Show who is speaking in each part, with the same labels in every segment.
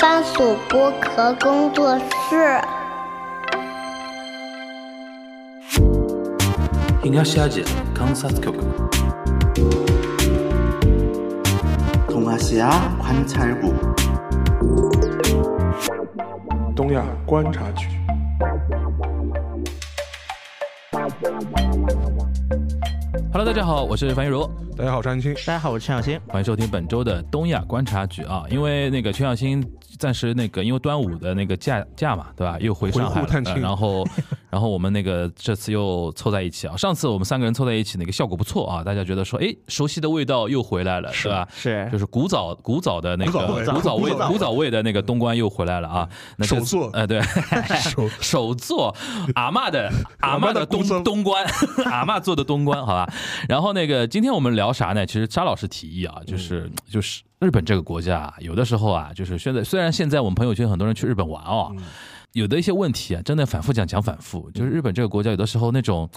Speaker 1: 番薯剥壳工作室。
Speaker 2: 東アジア観察局
Speaker 3: 동아시아 관찰국
Speaker 4: 东亚观察局。
Speaker 5: Hello，大家好，我是樊玉茹，
Speaker 4: 大家好，我是安青。
Speaker 6: 大家好，我是陈小新。
Speaker 5: 欢迎收听本周的东亚观察局啊。因为那个全小新暂时那个因为端午的那个假假嘛，对吧？又回上海
Speaker 4: 回
Speaker 5: 了
Speaker 4: 沪，探亲
Speaker 5: 呃然后 然后我们那个这次又凑在一起啊。上次我们三个人凑在一起，那个效果不错啊，大家觉得说，哎，熟悉的味道又回来了，是吧？
Speaker 6: 是
Speaker 5: 就是古早古早的那个
Speaker 4: 古早味
Speaker 5: 古早味
Speaker 4: 古早味
Speaker 5: 古早味的那个东关又回来了啊。那这次
Speaker 4: 首座
Speaker 5: 呃， 对，
Speaker 4: 首
Speaker 5: 首 座阿嬷的阿嬷的
Speaker 4: 古
Speaker 5: 东
Speaker 4: 筝
Speaker 5: 东关， 阿嬷做的东关，好吧。然后那个今天我们聊啥呢？其实沙老师提议啊，就是、就是日本这个国家啊，有的时候啊，就是现在虽然现在我们朋友圈很多人去日本玩哦，有的一些问题啊，真的反复讲讲反复，就是日本这个国家有的时候那种。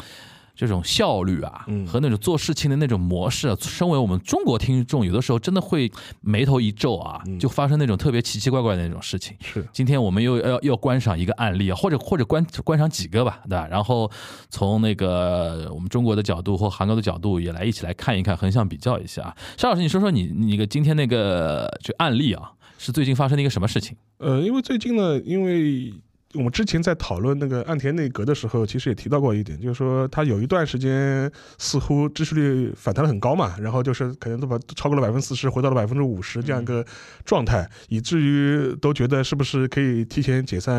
Speaker 5: 这种效率啊，和那种做事情的那种模式、啊，身为我们中国听众，有的时候真的会眉头一皱啊，就发生那种特别奇奇怪怪的那种事情。
Speaker 4: 是
Speaker 5: 今天我们又要要观赏一个案例啊，或者或者观观赏几个吧，对吧？然后从那个我们中国的角度或韩国的角度也来一起来看一看，横向比较一下啊。沙老师，你说说你你那个今天那个这个案例啊，是最近发生的一个什么事情？
Speaker 4: 呃，因为最近呢，因为我们之前在讨论那个岸田内阁的时候，其实也提到过一点，就是说他有一段时间似乎支持率反弹的很高嘛，然后就是可能都把超过了百分之四十，回到了百分之五十这样一个状态，以至于都觉得是不是可以提前解散。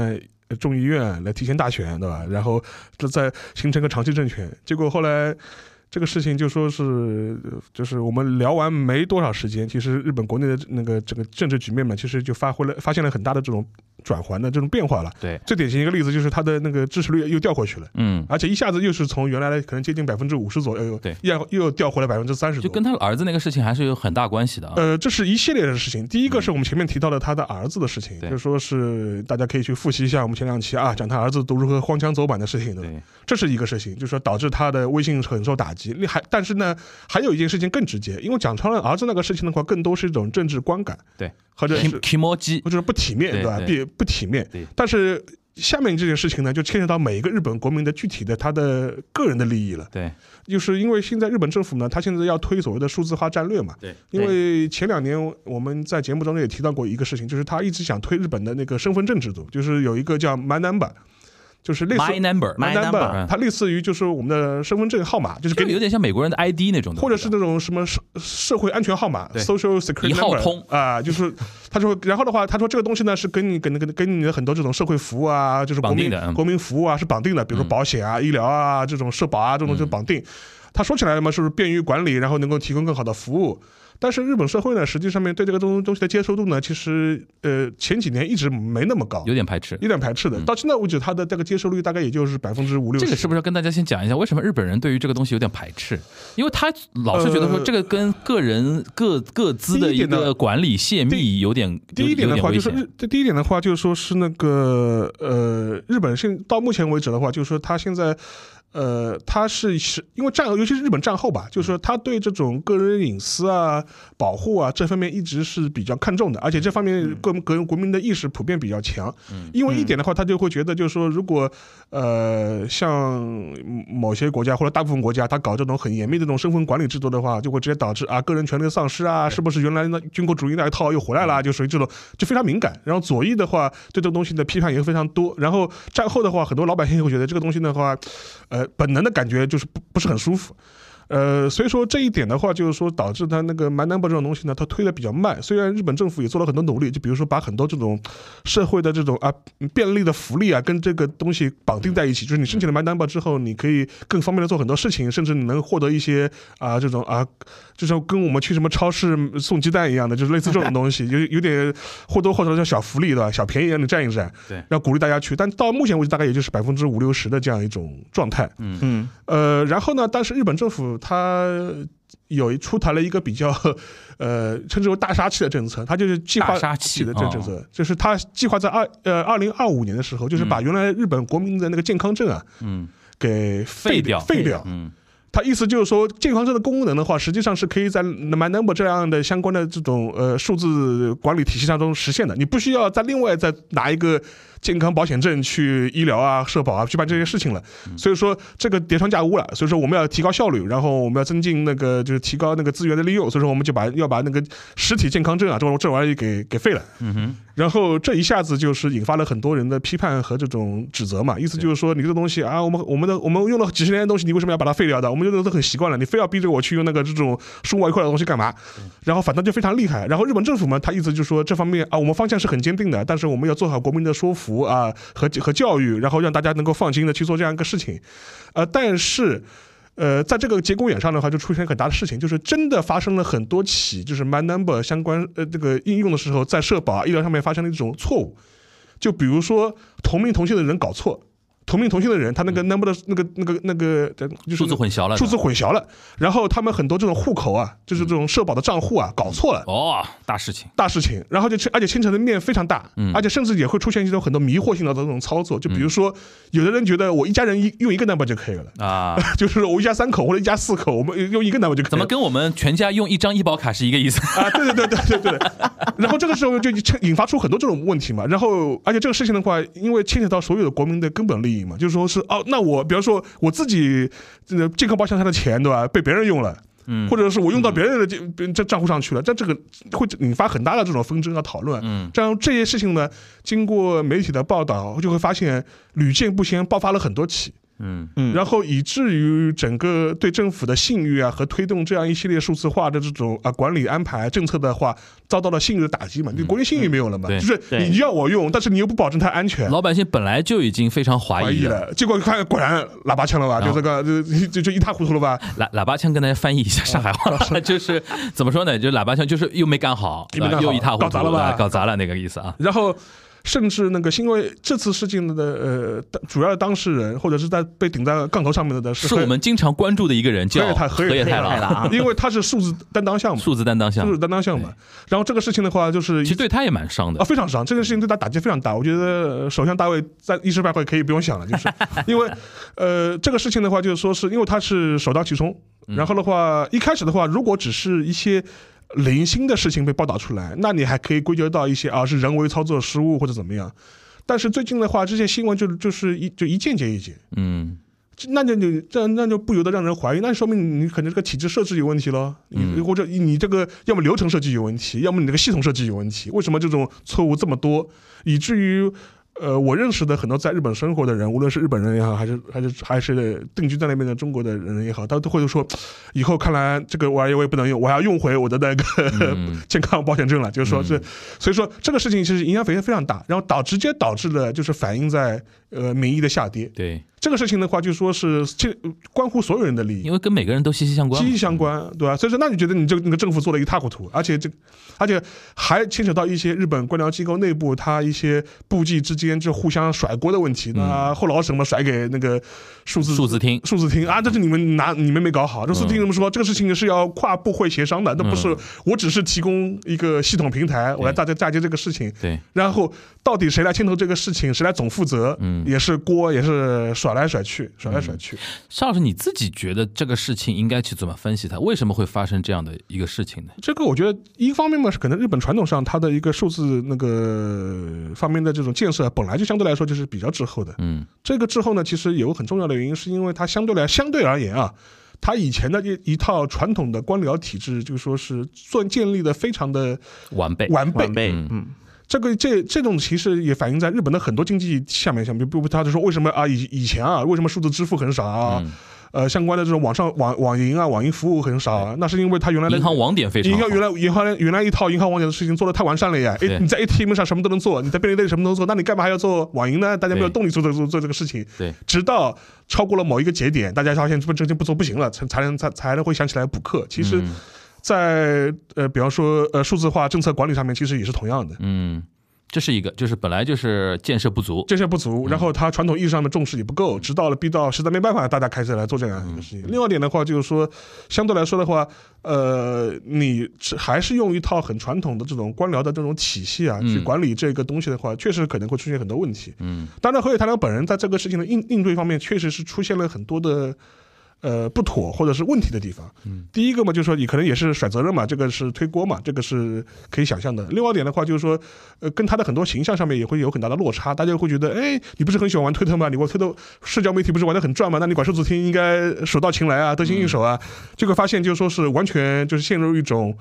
Speaker 4: 呃众议院来提前大选，对吧？然后这再形成个长期政权。结果后来这个事情就说是，呃就是我们聊完没多少时间，其实日本国内的那个整个政治局面嘛，其实就发挥了发现了很大的这种转环的这种变化了。
Speaker 5: 对，
Speaker 4: 最典型一个例子就是它的那个支持率又掉回去了，
Speaker 5: 嗯，
Speaker 4: 而且一下子又是从原来的可能接近百分之五十左右，
Speaker 5: 对
Speaker 4: 又又掉回来百分之三十
Speaker 5: 就
Speaker 4: 左
Speaker 5: 跟
Speaker 4: 右。
Speaker 5: 他儿子那个事情还是有很大关系的啊。
Speaker 4: 呃，这是一系列的事情。第一个是我们前面提到的他的儿子的事情，
Speaker 5: 嗯对
Speaker 4: 就说是大家可以去复习一下我们前两期啊，讲他儿子都如何荒腔走板的事情，对吧？
Speaker 5: 对，
Speaker 4: 这是一个事情，就是说导致他的威信很受打击。另还但是呢，还有一件事情更直接，因为讲穿了儿子那个事情的话，更多是一种政治观感，
Speaker 5: 对，
Speaker 4: 或者
Speaker 5: Kim
Speaker 4: 是
Speaker 5: Kimoji，
Speaker 4: 或者是不体面，
Speaker 5: 对
Speaker 4: 吧？
Speaker 5: 对
Speaker 4: 别不体面
Speaker 5: 对。
Speaker 4: 但是下面这件事情呢，就牵扯到每一个日本国民的具体的他的个人的利益了。
Speaker 5: 对，
Speaker 4: 就是因为现在日本政府呢，它现在要推所谓的数字化战略嘛。
Speaker 5: 对。
Speaker 4: 因为前两年我们在节目当中也提到过一个事情，就是他一直想推日本的那个身份证制度，就是有一个叫 My Number，就是类似
Speaker 5: My Number，
Speaker 6: My
Speaker 4: number，
Speaker 6: number
Speaker 4: 它类似于就是我们的身份证号码，就是给
Speaker 5: 就有
Speaker 4: 你，
Speaker 5: 点像美国人的 ID 那种的，
Speaker 4: 或者是那种什么社社会安全号码
Speaker 5: 对
Speaker 4: ，social
Speaker 5: 一
Speaker 4: security
Speaker 5: 号
Speaker 4: number
Speaker 5: 通
Speaker 4: 啊、就是他说，然后的话，他说这个东西呢是跟你跟跟跟你的很多这种社会服务啊，就是国
Speaker 5: 绑定
Speaker 4: 民
Speaker 5: 的嗯
Speaker 4: 国民服务啊是绑定的，比如说
Speaker 5: 嗯
Speaker 4: 保险啊、医疗啊这种社保啊这种就绑定。他说起来嘛，是不是便于管理，然后能够提供更好的服务？但是日本社会呢，实际上面对这个东东西的接受度呢，其实呃前几年一直没那么高，
Speaker 5: 有点排斥。
Speaker 4: 有点排斥的。到现在为止，它的这个接受率大概也就是百分之五六十。
Speaker 5: 这个是不是要跟大家先讲一下，为什么日本人对于这个东西有点排斥？因为他老是觉得说
Speaker 4: 呃
Speaker 5: 这个跟个人各各自的
Speaker 4: 第一
Speaker 5: 一
Speaker 4: 点呢
Speaker 5: 个管理泄密有点
Speaker 4: 第一点的话，
Speaker 5: 有
Speaker 4: 就
Speaker 5: 有
Speaker 4: 是
Speaker 5: 点危险
Speaker 4: 日，这第一点的话，就是说是那个呃，日本现到目前为止的话，就是说它现在。呃，它是是因为战后，尤其是日本战后吧，就
Speaker 5: 嗯
Speaker 4: 是说他对这种个人隐私啊、保护啊这方面一直是比较看重的，而且这方
Speaker 5: 嗯
Speaker 4: 面各国国民的意识普遍比较强。因为一点的话，他就会觉得，就是说，如果呃，像某些国家或者大部分国家，他搞这种很严密的这种身份管理制度的话，就会直接导致啊个人权利的丧失啊，是不是原来那军国主义那一套又回来了啊？就属于这种，就非常敏感。然后左翼的话，对这个东西的批判也非常多。然后战后的话，很多老百姓也会觉得这个东西的话，呃，本能的感觉就是不不是很舒服。呃，所以说这一点的话，就是说导致它那个 My Number 这种东西呢，它推的比较慢。虽然日本政府也做了很多努力，就比如说把很多这种社会的这种啊便利的福利啊，跟这个东西绑定在一起，就是你申请了 My Number 之后，你可以更方便的做很多事情，甚至你能获得一些啊这种啊，就是跟我们去什么超市送鸡蛋一样的，就是类似这种东西，有有点或多或少的小福利对吧？小便宜让你占一占，
Speaker 5: 对
Speaker 4: 然后鼓励大家去。但到目前为止，大概也就是百分之五六十的这样一种状态。
Speaker 6: 嗯，
Speaker 4: 呃，然后呢，但是日本政府它有一出台了一个比较，呃，称之为大杀器的政策，它就是计划
Speaker 5: 大杀器哦
Speaker 4: 的这个政策，就是它计划在二呃二零二五年的时候，就是把原来日本国民的那个健康证啊，
Speaker 5: 嗯，
Speaker 4: 给废
Speaker 5: 废掉
Speaker 4: 废掉。
Speaker 5: 嗯，
Speaker 4: 他意思就是说，健康证的功能的话，实际上是可以在 My Number 这样的相关的这种呃数字管理体系当中实现的。你不需要再另外再拿一个健康保险证去医疗啊、社保啊去办这些事情了。所以说这个叠床架屋了。所以说我们要提高效率，然后我们要增进那个就是提高那个资源的利用。所以说我们就把要把那个实体健康证啊这种这玩意儿给给废了。然后这一下子就是引发了很多人的批判和这种指责嘛，意思就是说你这个东西啊，我们我们的我们用了几十年的东西，你为什么要把它废掉的？我们用的都很习惯了，你非要逼着我去用那个这种数外块的东西干嘛？
Speaker 5: 嗯
Speaker 4: 然后反倒就非常厉害。然后日本政府嘛，他意思就是说这方面啊，我们方向是很坚定的，但是我们要做好国民的说服啊和和教育，然后让大家能够放心的去做这样一个事情。呃，但是。呃，在这个节骨眼上的话，就出现很大的事情，就是真的发生了很多起，就是 My Number 相关呃这个应用的时候，在社保啊医疗上面发生了一种错误，就比如说同名同姓的人搞错，同名同姓的人他那个 Number 的那个那个那个
Speaker 5: 嗯
Speaker 4: 就是
Speaker 5: 数字混淆了的，嗯
Speaker 4: 数字混淆了，然后他们很多这种户口啊，就是这种社保的账户啊，搞错了。
Speaker 5: 哦，大事情，
Speaker 4: 大事情，然后就牵而且牵扯的面非常大，
Speaker 5: 嗯
Speaker 4: 而且甚至也会出现一种很多迷惑性的这种操作，就比如说，有的人觉得我一家人一用一个 number 就可以了，
Speaker 5: 啊，
Speaker 4: 就是我一家三口或者一家四口，我们用一个 number 就可以了。
Speaker 5: 怎么跟我们全家用一张医保卡是一个意思？
Speaker 4: 啊，对对对对对对。然后这个时候就引发出很多这种问题嘛。然后，而且这个事情的话，因为牵扯到所有的国民的根本利益嘛，就是说是哦，那我比方说我自己呃健康保险上的钱，对吧？被别人用了。嗯，或者是我用到别人的这别这账户上去了，但这个会引发很大的这种纷争和讨论。嗯，这样这些事情呢，经过媒体的报道，就会发现屡见不鲜，爆发了很多起。
Speaker 5: 嗯，
Speaker 4: 然后以至于整个对政府的信誉啊和推动这样一系列数字化的这种啊管理安排政策的话，遭到了信誉的打击嘛，你国民信誉没有了嘛，
Speaker 5: 对
Speaker 4: 就是
Speaker 6: 对
Speaker 4: 你要我用，但是你又不保证它安全。
Speaker 5: 老百姓本来就已经非常
Speaker 4: 怀
Speaker 5: 怀
Speaker 4: 疑
Speaker 5: 疑了。
Speaker 4: 了，结果看果然喇叭枪了吧，就这个就就就一塌糊涂了吧，
Speaker 5: 喇喇叭腔跟大家翻译一
Speaker 4: 哦
Speaker 5: 下上海话， 就是怎么说呢？就是喇叭腔就是又没干好，
Speaker 4: 又没干好
Speaker 5: 又一塌糊涂，
Speaker 4: 搞砸了吧
Speaker 5: 搞砸了那个意思啊。
Speaker 4: 然后。甚至那个，因为这次事情的呃，当主要的当事人或者是在被顶在杠头上面的是
Speaker 5: 是我们经常关注的一个人，叫
Speaker 4: 河野太河野
Speaker 5: 野
Speaker 4: 太
Speaker 5: 太
Speaker 6: 太了
Speaker 5: 郎，
Speaker 6: 啊
Speaker 4: 很，！因为他是数字担当项嘛，
Speaker 5: 数字担当项
Speaker 4: 数，字担当项嘛。然后这个事情的话，就是
Speaker 5: 其实对他也蛮伤的
Speaker 4: 啊，。非常伤，这件事情对他打击非常大。我觉得呃首相大卫在一时半会可以不用想了，就是 因为，呃，这个事情的话，就是说是因为他是首当其冲，
Speaker 5: 嗯
Speaker 4: 然后的话，一开始的话，如果只是一些。零星的事情被报道出来，那你还可以归结到一些啊是人为操作失误或者怎么样，但是最近的话，这些新闻就就是一就一件接一件，
Speaker 5: 嗯，
Speaker 4: 这那就你这那就不由得让人怀疑，那说明你可能这个体制设置有问题咯，你或者你这个要么流程设计有问题，要么你这个系统设计有问题。为什么这种错误这么多，以至于呃，我认识的很多在日本生活的人，无论是日本人也好，还是还是还是定居在那边的中国的人也好，他都会说，以后看来这个玩意儿我也不能用，我要用回我的那个、
Speaker 5: 嗯
Speaker 4: 健康保险证了。就是说这，所以说这个事情其实影响非常非常大，然后导直接导致了就是反映在呃民意的下跌。
Speaker 5: 对，
Speaker 4: 这个事情的话，就说是这关乎所有人的利益
Speaker 5: 因，为跟每个人都息息相关嗯
Speaker 4: 息
Speaker 5: 嘛。
Speaker 4: 息相关，对吧？所以说，那你觉得你这个那个政府做的一塌糊涂，而且这，而且还牵扯到一些日本官僚机构内部他一些部际之间就互相甩锅的问题，那后老什么甩给那个数字
Speaker 5: 嗯数字嗯厅
Speaker 4: 数字厅啊，这是你们拿你们没搞好。这数字厅怎么说？这个事情是要跨部会协商的，那
Speaker 5: 嗯
Speaker 4: 不是我只是提供一个系统平台，我来大家嫁接这个事情。
Speaker 5: 对，
Speaker 4: 然后到底谁来牵头这个事情，谁来总负责，也是锅，也是甩来甩去，甩来甩去。
Speaker 5: 邵老师，你自己觉得这个事情应该去怎么分析它？为什么会发生这样的一个事情呢？
Speaker 4: 这个我觉得一方面嘛，是可能日本传统上它的一个数字那个呃方面的这种建设，啊本来就相对来说就是比较滞后的。
Speaker 5: 嗯，
Speaker 4: 这个滞后呢，其实有个很重要的原因，是因为它相对来相对而言啊，它以前的一一套传统的官僚体制，就说是做建立的非常的
Speaker 5: 完备，
Speaker 4: 完备
Speaker 6: 晚。辈，嗯，
Speaker 4: 这个这这种其实也反映在日本的很多经济下面，像比如他就说为什么啊以以前啊为什么数字支付很少啊，
Speaker 5: 嗯
Speaker 4: 呃相关的这种网上网网银啊网银服务很少啊，那是因为他原来的
Speaker 5: 银行网点非常
Speaker 4: 银
Speaker 5: 好
Speaker 4: 行。原来银行原来一套银行网点的事情做的太完善了呀，
Speaker 5: 对
Speaker 4: 哎你在 ATM 上什么都能做，你在便利店里什么都能做，那你干嘛还要做网银呢？大家没有
Speaker 5: 对
Speaker 4: 动力做这做做这个事情，
Speaker 5: 对，
Speaker 4: 直到超过了某一个节点，大家发现这不这就不做不行了，才才能才才能会想起来补课。其
Speaker 5: 嗯
Speaker 4: 实。在呃，比方说呃，数字化政策管理上面，其实也是同样的。
Speaker 5: 嗯，这是一个，就是本来就是建设不足。
Speaker 4: 建设不足，然后它传统意义上的重视也不够，直到了逼到实在没办法，大家开始来做这样一个事情。另外一点的话，就是说，相对来说的话，呃，你是还是用一套很传统的这种官僚的这种体系啊，去管理这个东西的话，确实可能会出现很多问题。嗯，当然，河野太郎本人在这个事情的应应对方面，确实是出现了很多的。呃不妥或者是问题的地方。第一个嘛，就是说你可能也是甩责任嘛，这个是推锅嘛，这个是可以想象的。另外一点的话，就是说，呃，跟他的很多形象上面也会有很大的落差，大家会觉得，哎，你不是很喜欢玩推特吗？你玩推特社交媒体不是玩的很赚吗？那你管数字厅应该手到擒来啊，得心应手啊。结果发现就是说是完全就是陷入一种。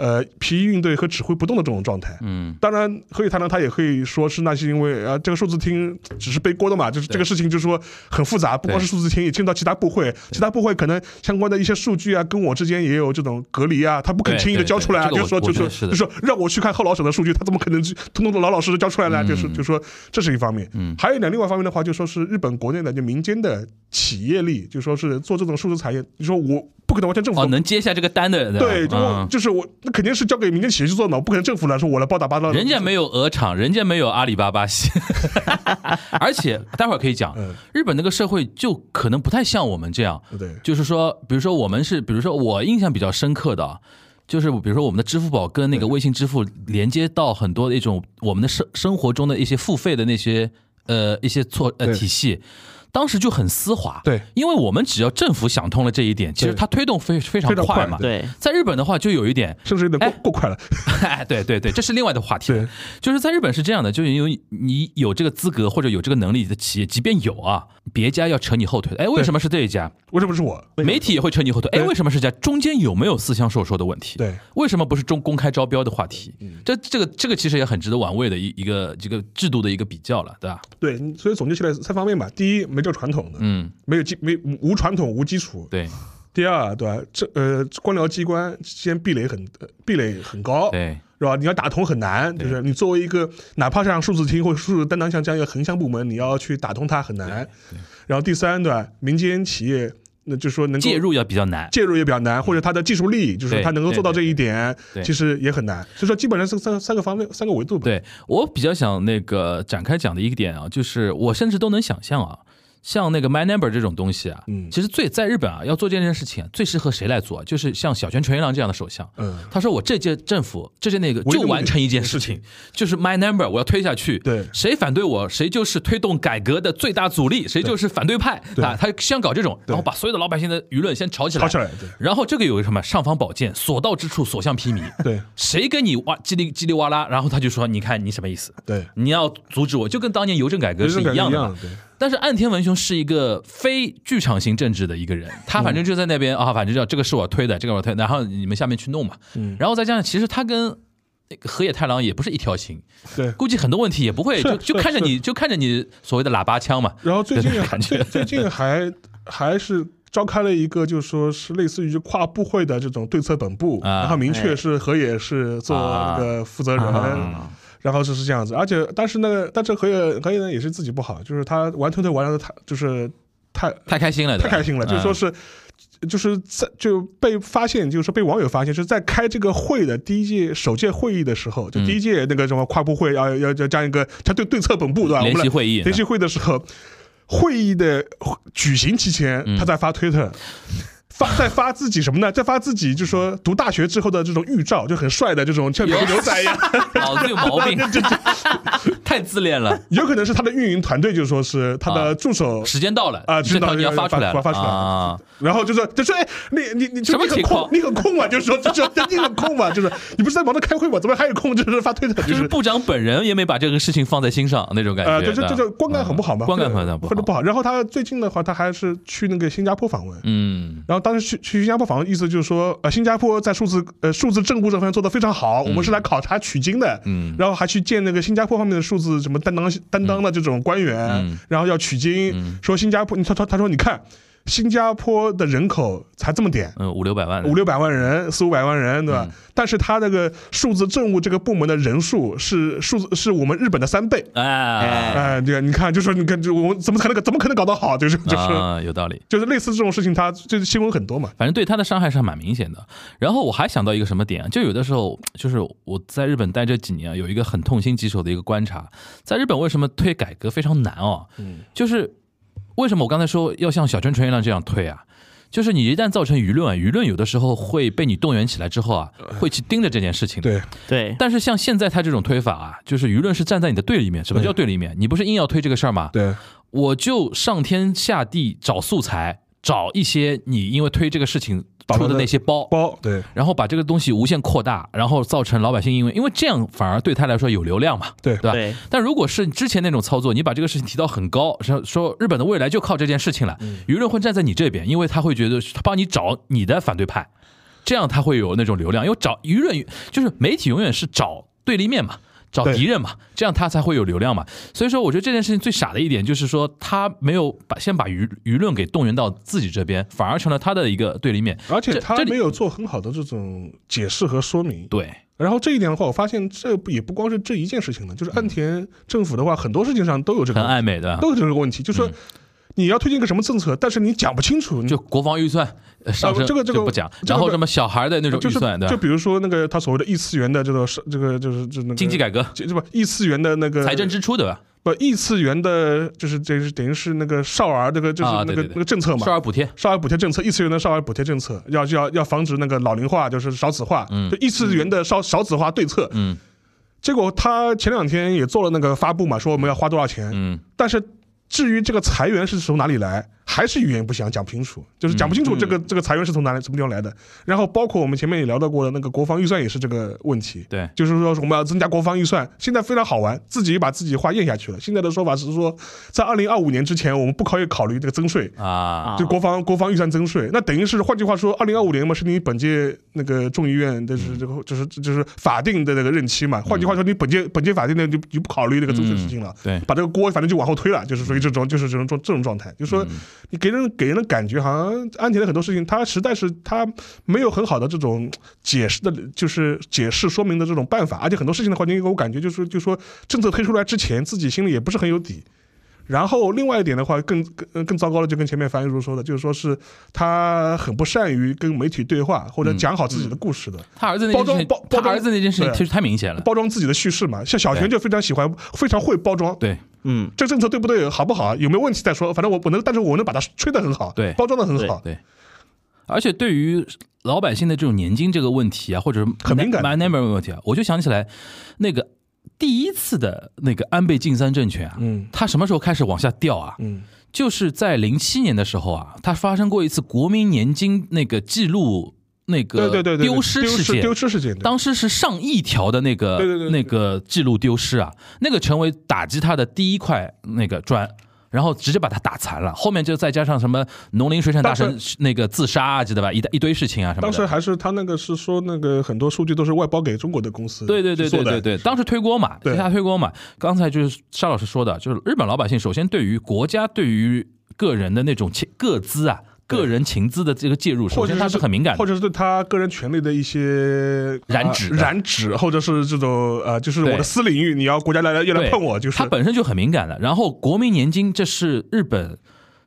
Speaker 4: 呃，疲于应对和指挥不动的这种状态，
Speaker 5: 嗯，
Speaker 4: 当然，何以他呢？他也可以说是那是因为啊、呃这个数字厅只是背锅的嘛，就是这个事情就是说很复杂，不光是数字厅，也牵到其他部会，其他部会可能相关的一些数据啊，跟我之间也有这种隔离啊，他不肯
Speaker 5: 对
Speaker 4: 轻易的
Speaker 5: 对
Speaker 4: 交
Speaker 5: 对
Speaker 4: 出来啊，
Speaker 5: 这个
Speaker 4: 就
Speaker 5: 我
Speaker 4: 说
Speaker 5: 我
Speaker 4: 就
Speaker 5: 觉得
Speaker 4: 说
Speaker 5: 是的嗯
Speaker 4: 就说让我去看后老手的数据，他怎么可能去通通的老老实实交出来呢？就是就说这是一方面，嗯，还有一点，另外一方面的话，就说是日本国内的就民间的企业力，就说是做这种数字产业，你说我不可能完全政府
Speaker 5: 哦，能接下这个单的人，
Speaker 4: 对，就我
Speaker 5: 嗯
Speaker 4: 就是我，那肯定是交给民间企业去做的嘛，我不可能政府来说我来包打包打。
Speaker 5: 人家没有鹅厂，人家没有阿里巴 巴系，而且待会儿可以讲
Speaker 4: 嗯，
Speaker 5: 日本那个社会就可能不太像我们这样，
Speaker 4: 对
Speaker 5: 就是说，比如说我们是，比如说我印象比较深刻的啊，就是比如说我们的支付宝跟那个微信支付连接到很多那种我们的生生活中的一些付费的那些呃一些措呃
Speaker 4: 对
Speaker 5: 体系。当时就很丝滑，
Speaker 4: 对
Speaker 5: 因为我们只要政府想通了这一点，其实
Speaker 4: 对
Speaker 5: 它推动非非常
Speaker 4: 非常
Speaker 5: 快
Speaker 4: 快
Speaker 5: 嘛。
Speaker 6: 对，
Speaker 5: 在日本的话，就有一点，
Speaker 4: 甚至有点
Speaker 5: 哎
Speaker 4: 过过快了。
Speaker 5: 哎， 对对对，这是另外的话题
Speaker 4: 对。
Speaker 5: 就是在日本是这样的，就是因为你有这个资格或者有这个能力的企业，即便有啊，别家要扯你后腿。哎，为什么是这一家？
Speaker 4: 为什么是我？
Speaker 5: 媒体也会扯你后腿。哎，
Speaker 4: 对
Speaker 5: 为什么是这家？中间有没有私相授受的问题？
Speaker 4: 对，嗯
Speaker 5: 为什么不是中公开招标的话题？这这个这个其实也很值得玩味的一一个这个制度的一个比较了，对吧？
Speaker 4: 对，所以总结起来三方面吧：第一，没这个传统的，
Speaker 5: 嗯，
Speaker 4: 没有基没无传统无基础；
Speaker 5: 对
Speaker 4: 第二，对吧？这呃，官僚机关之间壁垒很呃壁垒很高，
Speaker 5: 对
Speaker 4: 是吧？你要打通很难，就是你作为一个哪怕像数字厅或者数字担当像这样一个横向部门，你要去打通它很难。然后第三，对吧？民间企业，那就说能够
Speaker 5: 介入要比较难。
Speaker 4: 介入也比较难，或者它的技术力，就是
Speaker 5: 对
Speaker 4: 它能够做到这一点
Speaker 5: 对对，
Speaker 4: 其实也很难。所以说，基本上是三三个方面、三个维度吧。
Speaker 5: 对我比较想那个展开讲的一个点啊，就是我甚至都能想象啊，像那个 My Number 这种东西啊，
Speaker 4: 嗯
Speaker 5: 其实最在日本啊要做这件事情啊，最适合谁来做啊？就是像小泉纯一郎这样的首相，
Speaker 4: 嗯，
Speaker 5: 他说我这届政府这届那个
Speaker 4: 唯一的
Speaker 5: 就完成一件事
Speaker 4: 目
Speaker 5: 情，就是 My Number 我要推下去，
Speaker 4: 对
Speaker 5: 谁反对我，谁就是推动改革的最大阻力，谁就是反对派
Speaker 4: 对
Speaker 5: 啊，他先搞这种，然后把所有的老百姓的舆论先吵起来，
Speaker 4: 吵起来对
Speaker 5: 然后这个有个什么尚方宝剑，所到之处所向披靡，
Speaker 4: 对
Speaker 5: 谁跟你哇叽里叽里哇啦，然后他就说：“你看你什么意思？
Speaker 4: 对
Speaker 5: 你要阻止我，就跟当年邮政 改革
Speaker 4: 有
Speaker 5: 是
Speaker 4: 这种感觉
Speaker 5: 样
Speaker 4: 一
Speaker 5: 的
Speaker 4: 样
Speaker 5: 嘛。
Speaker 4: 的。对
Speaker 5: 但是岸田文雄是一个非剧场型政治的一个人，他反正就在那边啊，反正叫这个是我推的，这个我推的，然后你们下面去弄嘛。
Speaker 4: 嗯
Speaker 5: 然后再加上，其实他跟那个河野太郎也不是一条心，
Speaker 4: 对
Speaker 5: 估计很多问题也不会
Speaker 4: 是
Speaker 5: 就是就看着你就看着你所谓的喇叭腔嘛。
Speaker 4: 然后最近
Speaker 5: 对
Speaker 4: 还
Speaker 5: 感觉
Speaker 4: 最最近还还是召开了一个，就说是类似于跨部会的这种对策本部，
Speaker 5: 啊
Speaker 4: 然后明确是河野是做
Speaker 5: 啊
Speaker 4: 那个负责人。然后就是这样子，而且但是那个，但是河野河野呢也是自己不好，就是他玩推特玩的太就是太
Speaker 5: 太开心了，对
Speaker 4: 太
Speaker 5: 吧
Speaker 4: 开心了，就是说
Speaker 5: 嗯
Speaker 4: 是。就是在就被发现，就是被网友发现，就是在开这个会的第一届首届会议的时候，就第
Speaker 5: 嗯
Speaker 4: 一届那个什么跨部会要要要这样一个，他对对策本 部对吧？
Speaker 5: 嗯
Speaker 4: 我
Speaker 5: 联
Speaker 4: 们
Speaker 5: 席
Speaker 4: 来
Speaker 5: 会议
Speaker 4: 联席会的时候，会议的举行期间，
Speaker 5: 嗯
Speaker 4: 他在发推特。发在发自己什么呢？在发自己就说读大学之后的这种预兆，就很帅的这种像美国牛仔一样，
Speaker 5: 脑子有毛 病， 太自恋了。
Speaker 4: 有可能是他的运营团队就说是他
Speaker 5: 啊
Speaker 4: 的助手
Speaker 5: 时间到了
Speaker 4: 啊
Speaker 5: 这
Speaker 4: 知道
Speaker 5: 条你要
Speaker 4: 要
Speaker 5: 发
Speaker 4: 发
Speaker 5: 出来了，
Speaker 4: 发发出来了
Speaker 5: 啊。
Speaker 4: 然后就说，就说，哎，你你你就
Speaker 5: 什么
Speaker 4: 你很
Speaker 5: 情况
Speaker 4: 空，你很空嘛？就是说，就是你很空嘛？就是你不是在忙着开会吗？怎么还有空？就是发推特，
Speaker 5: 就是
Speaker 4: 是。
Speaker 5: 部长本人也没把这个事情放在心上那种感觉。
Speaker 4: 呃，就就
Speaker 5: 对吧
Speaker 4: 就就观感很不好嘛，
Speaker 5: 嗯观感
Speaker 4: 或者
Speaker 5: 很不好
Speaker 4: 或者不好。然后他最近的话，他还是去那个新加坡访问，
Speaker 5: 嗯，
Speaker 4: 然后当时去去新加坡访问，意思就是说，呃，新加坡在数字呃数字政务这方面做得非常好，我们是来考察取经的，
Speaker 5: 嗯
Speaker 4: 然后还去见那个新加坡方面的数字什么担当担当的这种官员，
Speaker 5: 嗯
Speaker 4: 然后要取经，说新加坡，他他他说你看，新加坡的人口才这么点，
Speaker 5: 嗯，五六百万，
Speaker 4: 五六百万人、四五百万人，对
Speaker 5: 嗯
Speaker 4: 吧？但是他那个数字政务这个部门的人数是数字是我们日本的三倍。
Speaker 5: 哎，
Speaker 4: 哎、对啊，你看，就说你看，就我们怎么可能怎么可能搞得好？就是就是、
Speaker 5: 啊，有道理。
Speaker 4: 就是类似这种事情，他就是新闻很多嘛。
Speaker 5: 反正对他的伤害是蛮明显的。然后我还想到一个什么点啊，就有的时候就是我在日本待这几年啊，有一个很痛心疾首的一个观察，在日本为什么推改革非常难哦？就是为什么我刚才说要像小泉纯一郎这样推啊？就是你一旦造成舆论啊，舆论有的时候会被你动员起来之后啊，会去盯着这件事情的。
Speaker 4: 对，
Speaker 6: 对，
Speaker 5: 但是像现在他这种推法啊，就是舆论是站在你的对立面。什么叫对立面？你不是硬要推这个事儿吗？
Speaker 4: 对，
Speaker 5: 我就上天下地找素材，找一些你因为推这个事情
Speaker 4: 导致
Speaker 5: 出的
Speaker 4: 的
Speaker 5: 那些包，
Speaker 4: 包对
Speaker 5: 然后把这个东西无限扩大，然后造成老百姓因为因为这样反而对他来说有流量嘛，
Speaker 4: 对
Speaker 5: 对吧？
Speaker 6: 对
Speaker 5: 但如果是之前那种操作，你把这个事情提到很高，说说日本的未来就靠这件事情了，
Speaker 4: 嗯
Speaker 5: 舆论会站在你这边，因为他会觉得他帮你找你的反对派，这样他会有那种流量，因为找舆论就是媒体永远是找对立面嘛。找
Speaker 4: 对
Speaker 5: 敌人嘛，这样他才会有流量嘛。所以说，我觉得这件事情最傻的一点就是说，他没有把先把舆舆论给动员到自己这边，反而成了他的一个对立面。
Speaker 4: 而且
Speaker 5: 这
Speaker 4: 他
Speaker 5: 这里
Speaker 4: 没有做很好的这种解释和说明。
Speaker 5: 对，
Speaker 4: 然后这一点的话，我发现这也不光是这一件事情了，就是岸田政府的话，很多事情上都有这个
Speaker 5: 嗯很啊嗯
Speaker 4: 问题
Speaker 5: 暧昧的，
Speaker 4: 都有这个问题，就是说你要推荐个什么政策，但是你讲不清楚，你
Speaker 5: 就国防预算呃上升
Speaker 4: 这个这个
Speaker 5: 就不讲，
Speaker 4: 这个
Speaker 5: 然后
Speaker 4: 不
Speaker 5: 什么小孩的那种
Speaker 4: 啊就
Speaker 5: 预
Speaker 4: 是
Speaker 5: 算对
Speaker 4: 就
Speaker 5: 吧？
Speaker 4: 比如说那个他所谓的异次元的这个是这个就是就那个
Speaker 5: 经济改革、
Speaker 4: 这这不异次元的那个
Speaker 5: 财政支出对吧？
Speaker 4: 不异次元的，就是这是等于是那个少儿这个就是
Speaker 5: 啊对
Speaker 4: 那个
Speaker 5: 对对
Speaker 4: 那个政策嘛
Speaker 5: 少。儿补贴，
Speaker 4: 少儿补贴政策，异次元的少儿补贴政策，要要要防止那个老龄化，就是少子化，就异次元的少少子化对策。
Speaker 5: 嗯
Speaker 4: 结果他前两天也做了那个发布嘛，说我们要花多少钱，
Speaker 5: 嗯，
Speaker 4: 但是至于这个财源是从哪里来，还是语言不详，讲不清楚，就是讲不清楚
Speaker 5: 嗯
Speaker 4: 这个、这个财源是从哪里什么地方来的。然后包括我们前面也聊到过的那个国防预算也是这个问题。
Speaker 5: 对，
Speaker 4: 就是说，我们要增加国防预算。现在非常好玩，自己把自己话咽下去了。现在的说法是说，在二零二五年之前，我们不考虑考虑这个增税，
Speaker 5: 啊，
Speaker 4: 就国防国防预算增税。那等于是，换句话说，二零二五年嘛，是你本届那个众议院的是这个就是就是法定的那个任期嘛。换句
Speaker 5: 嗯
Speaker 4: 话说，你本届本届法定的你就不考虑这个增税事情了。
Speaker 5: 对，
Speaker 4: 把这个锅反正就往后推了，就是属于这种，就是这种这种这种状态，就是说你给人给人的感觉，好像安田的很多事情，他实在是他没有很好的这种解释的，就是解释说明的这种办法，而且很多事情的话，你给我感觉就是就是说政策推出来之前，自己心里也不是很有底。然后另外一点的话，更更更糟糕的，就跟前面樊玉茹说的，就是说是他很不善于跟媒体对话，或者讲好自己的故事的。
Speaker 5: 他儿子那件事
Speaker 4: 包装
Speaker 5: 情
Speaker 4: 包，包
Speaker 5: 他
Speaker 4: 装
Speaker 5: 儿子那件事情
Speaker 4: 对
Speaker 5: 其实太明显了，
Speaker 4: 包装自己的叙事嘛，像小泉就非常喜欢，非常会包装。
Speaker 5: 对，
Speaker 6: 嗯，
Speaker 4: 这政策对不对，好不好，有没有问题再说。反正我我能，但是我能把它吹得很好，
Speaker 5: 对
Speaker 4: 包装的很好，
Speaker 5: 对，而且对于老百姓的这种年金这个问题啊，或者
Speaker 4: 很敏感
Speaker 5: my number 问题啊，我就想起来那个第一次的那个安倍晋三政权啊，
Speaker 4: 嗯
Speaker 5: 他什么时候开始往下掉啊？
Speaker 4: 嗯，
Speaker 5: 就是在零七年的时候啊，它发生过一次国民年金那个记录那
Speaker 4: 对
Speaker 5: 个
Speaker 4: 对对对，
Speaker 5: 丢失事件，
Speaker 4: 丢失事件，对
Speaker 5: 当时是上亿条的那个
Speaker 4: 对对对对
Speaker 5: 那个记录丢失啊，那个成为打击他的第一块那个砖。然后直接把他打残了，后面就再加上什么农林水产大臣
Speaker 4: 当
Speaker 5: 那个自杀啊，记得吧？一大一堆事情啊什么的。
Speaker 4: 当时还是他那个是说那个很多数据都是外包给中国的公司
Speaker 5: 对对对
Speaker 4: 去做
Speaker 5: 对
Speaker 4: 的
Speaker 5: 对对，当时推锅嘛，
Speaker 4: 对
Speaker 5: 其他推锅嘛。刚才就是沙老师说的，就是日本老百姓首先对于国家对于个人的那种情个资啊、个人情资的这个介入，首
Speaker 4: 或
Speaker 5: 先
Speaker 4: 者
Speaker 5: 他是很敏感
Speaker 4: 或
Speaker 5: 的。
Speaker 4: 者是对他个人权利的一些
Speaker 5: 染
Speaker 4: 啊
Speaker 5: 指的
Speaker 4: 染指，或者是这种呃，就是我
Speaker 5: 对
Speaker 4: 的私领域，你要国家来来又来
Speaker 5: 对，
Speaker 4: 碰我，就是
Speaker 5: 他本身就很敏感的。然后国民年金，这是日本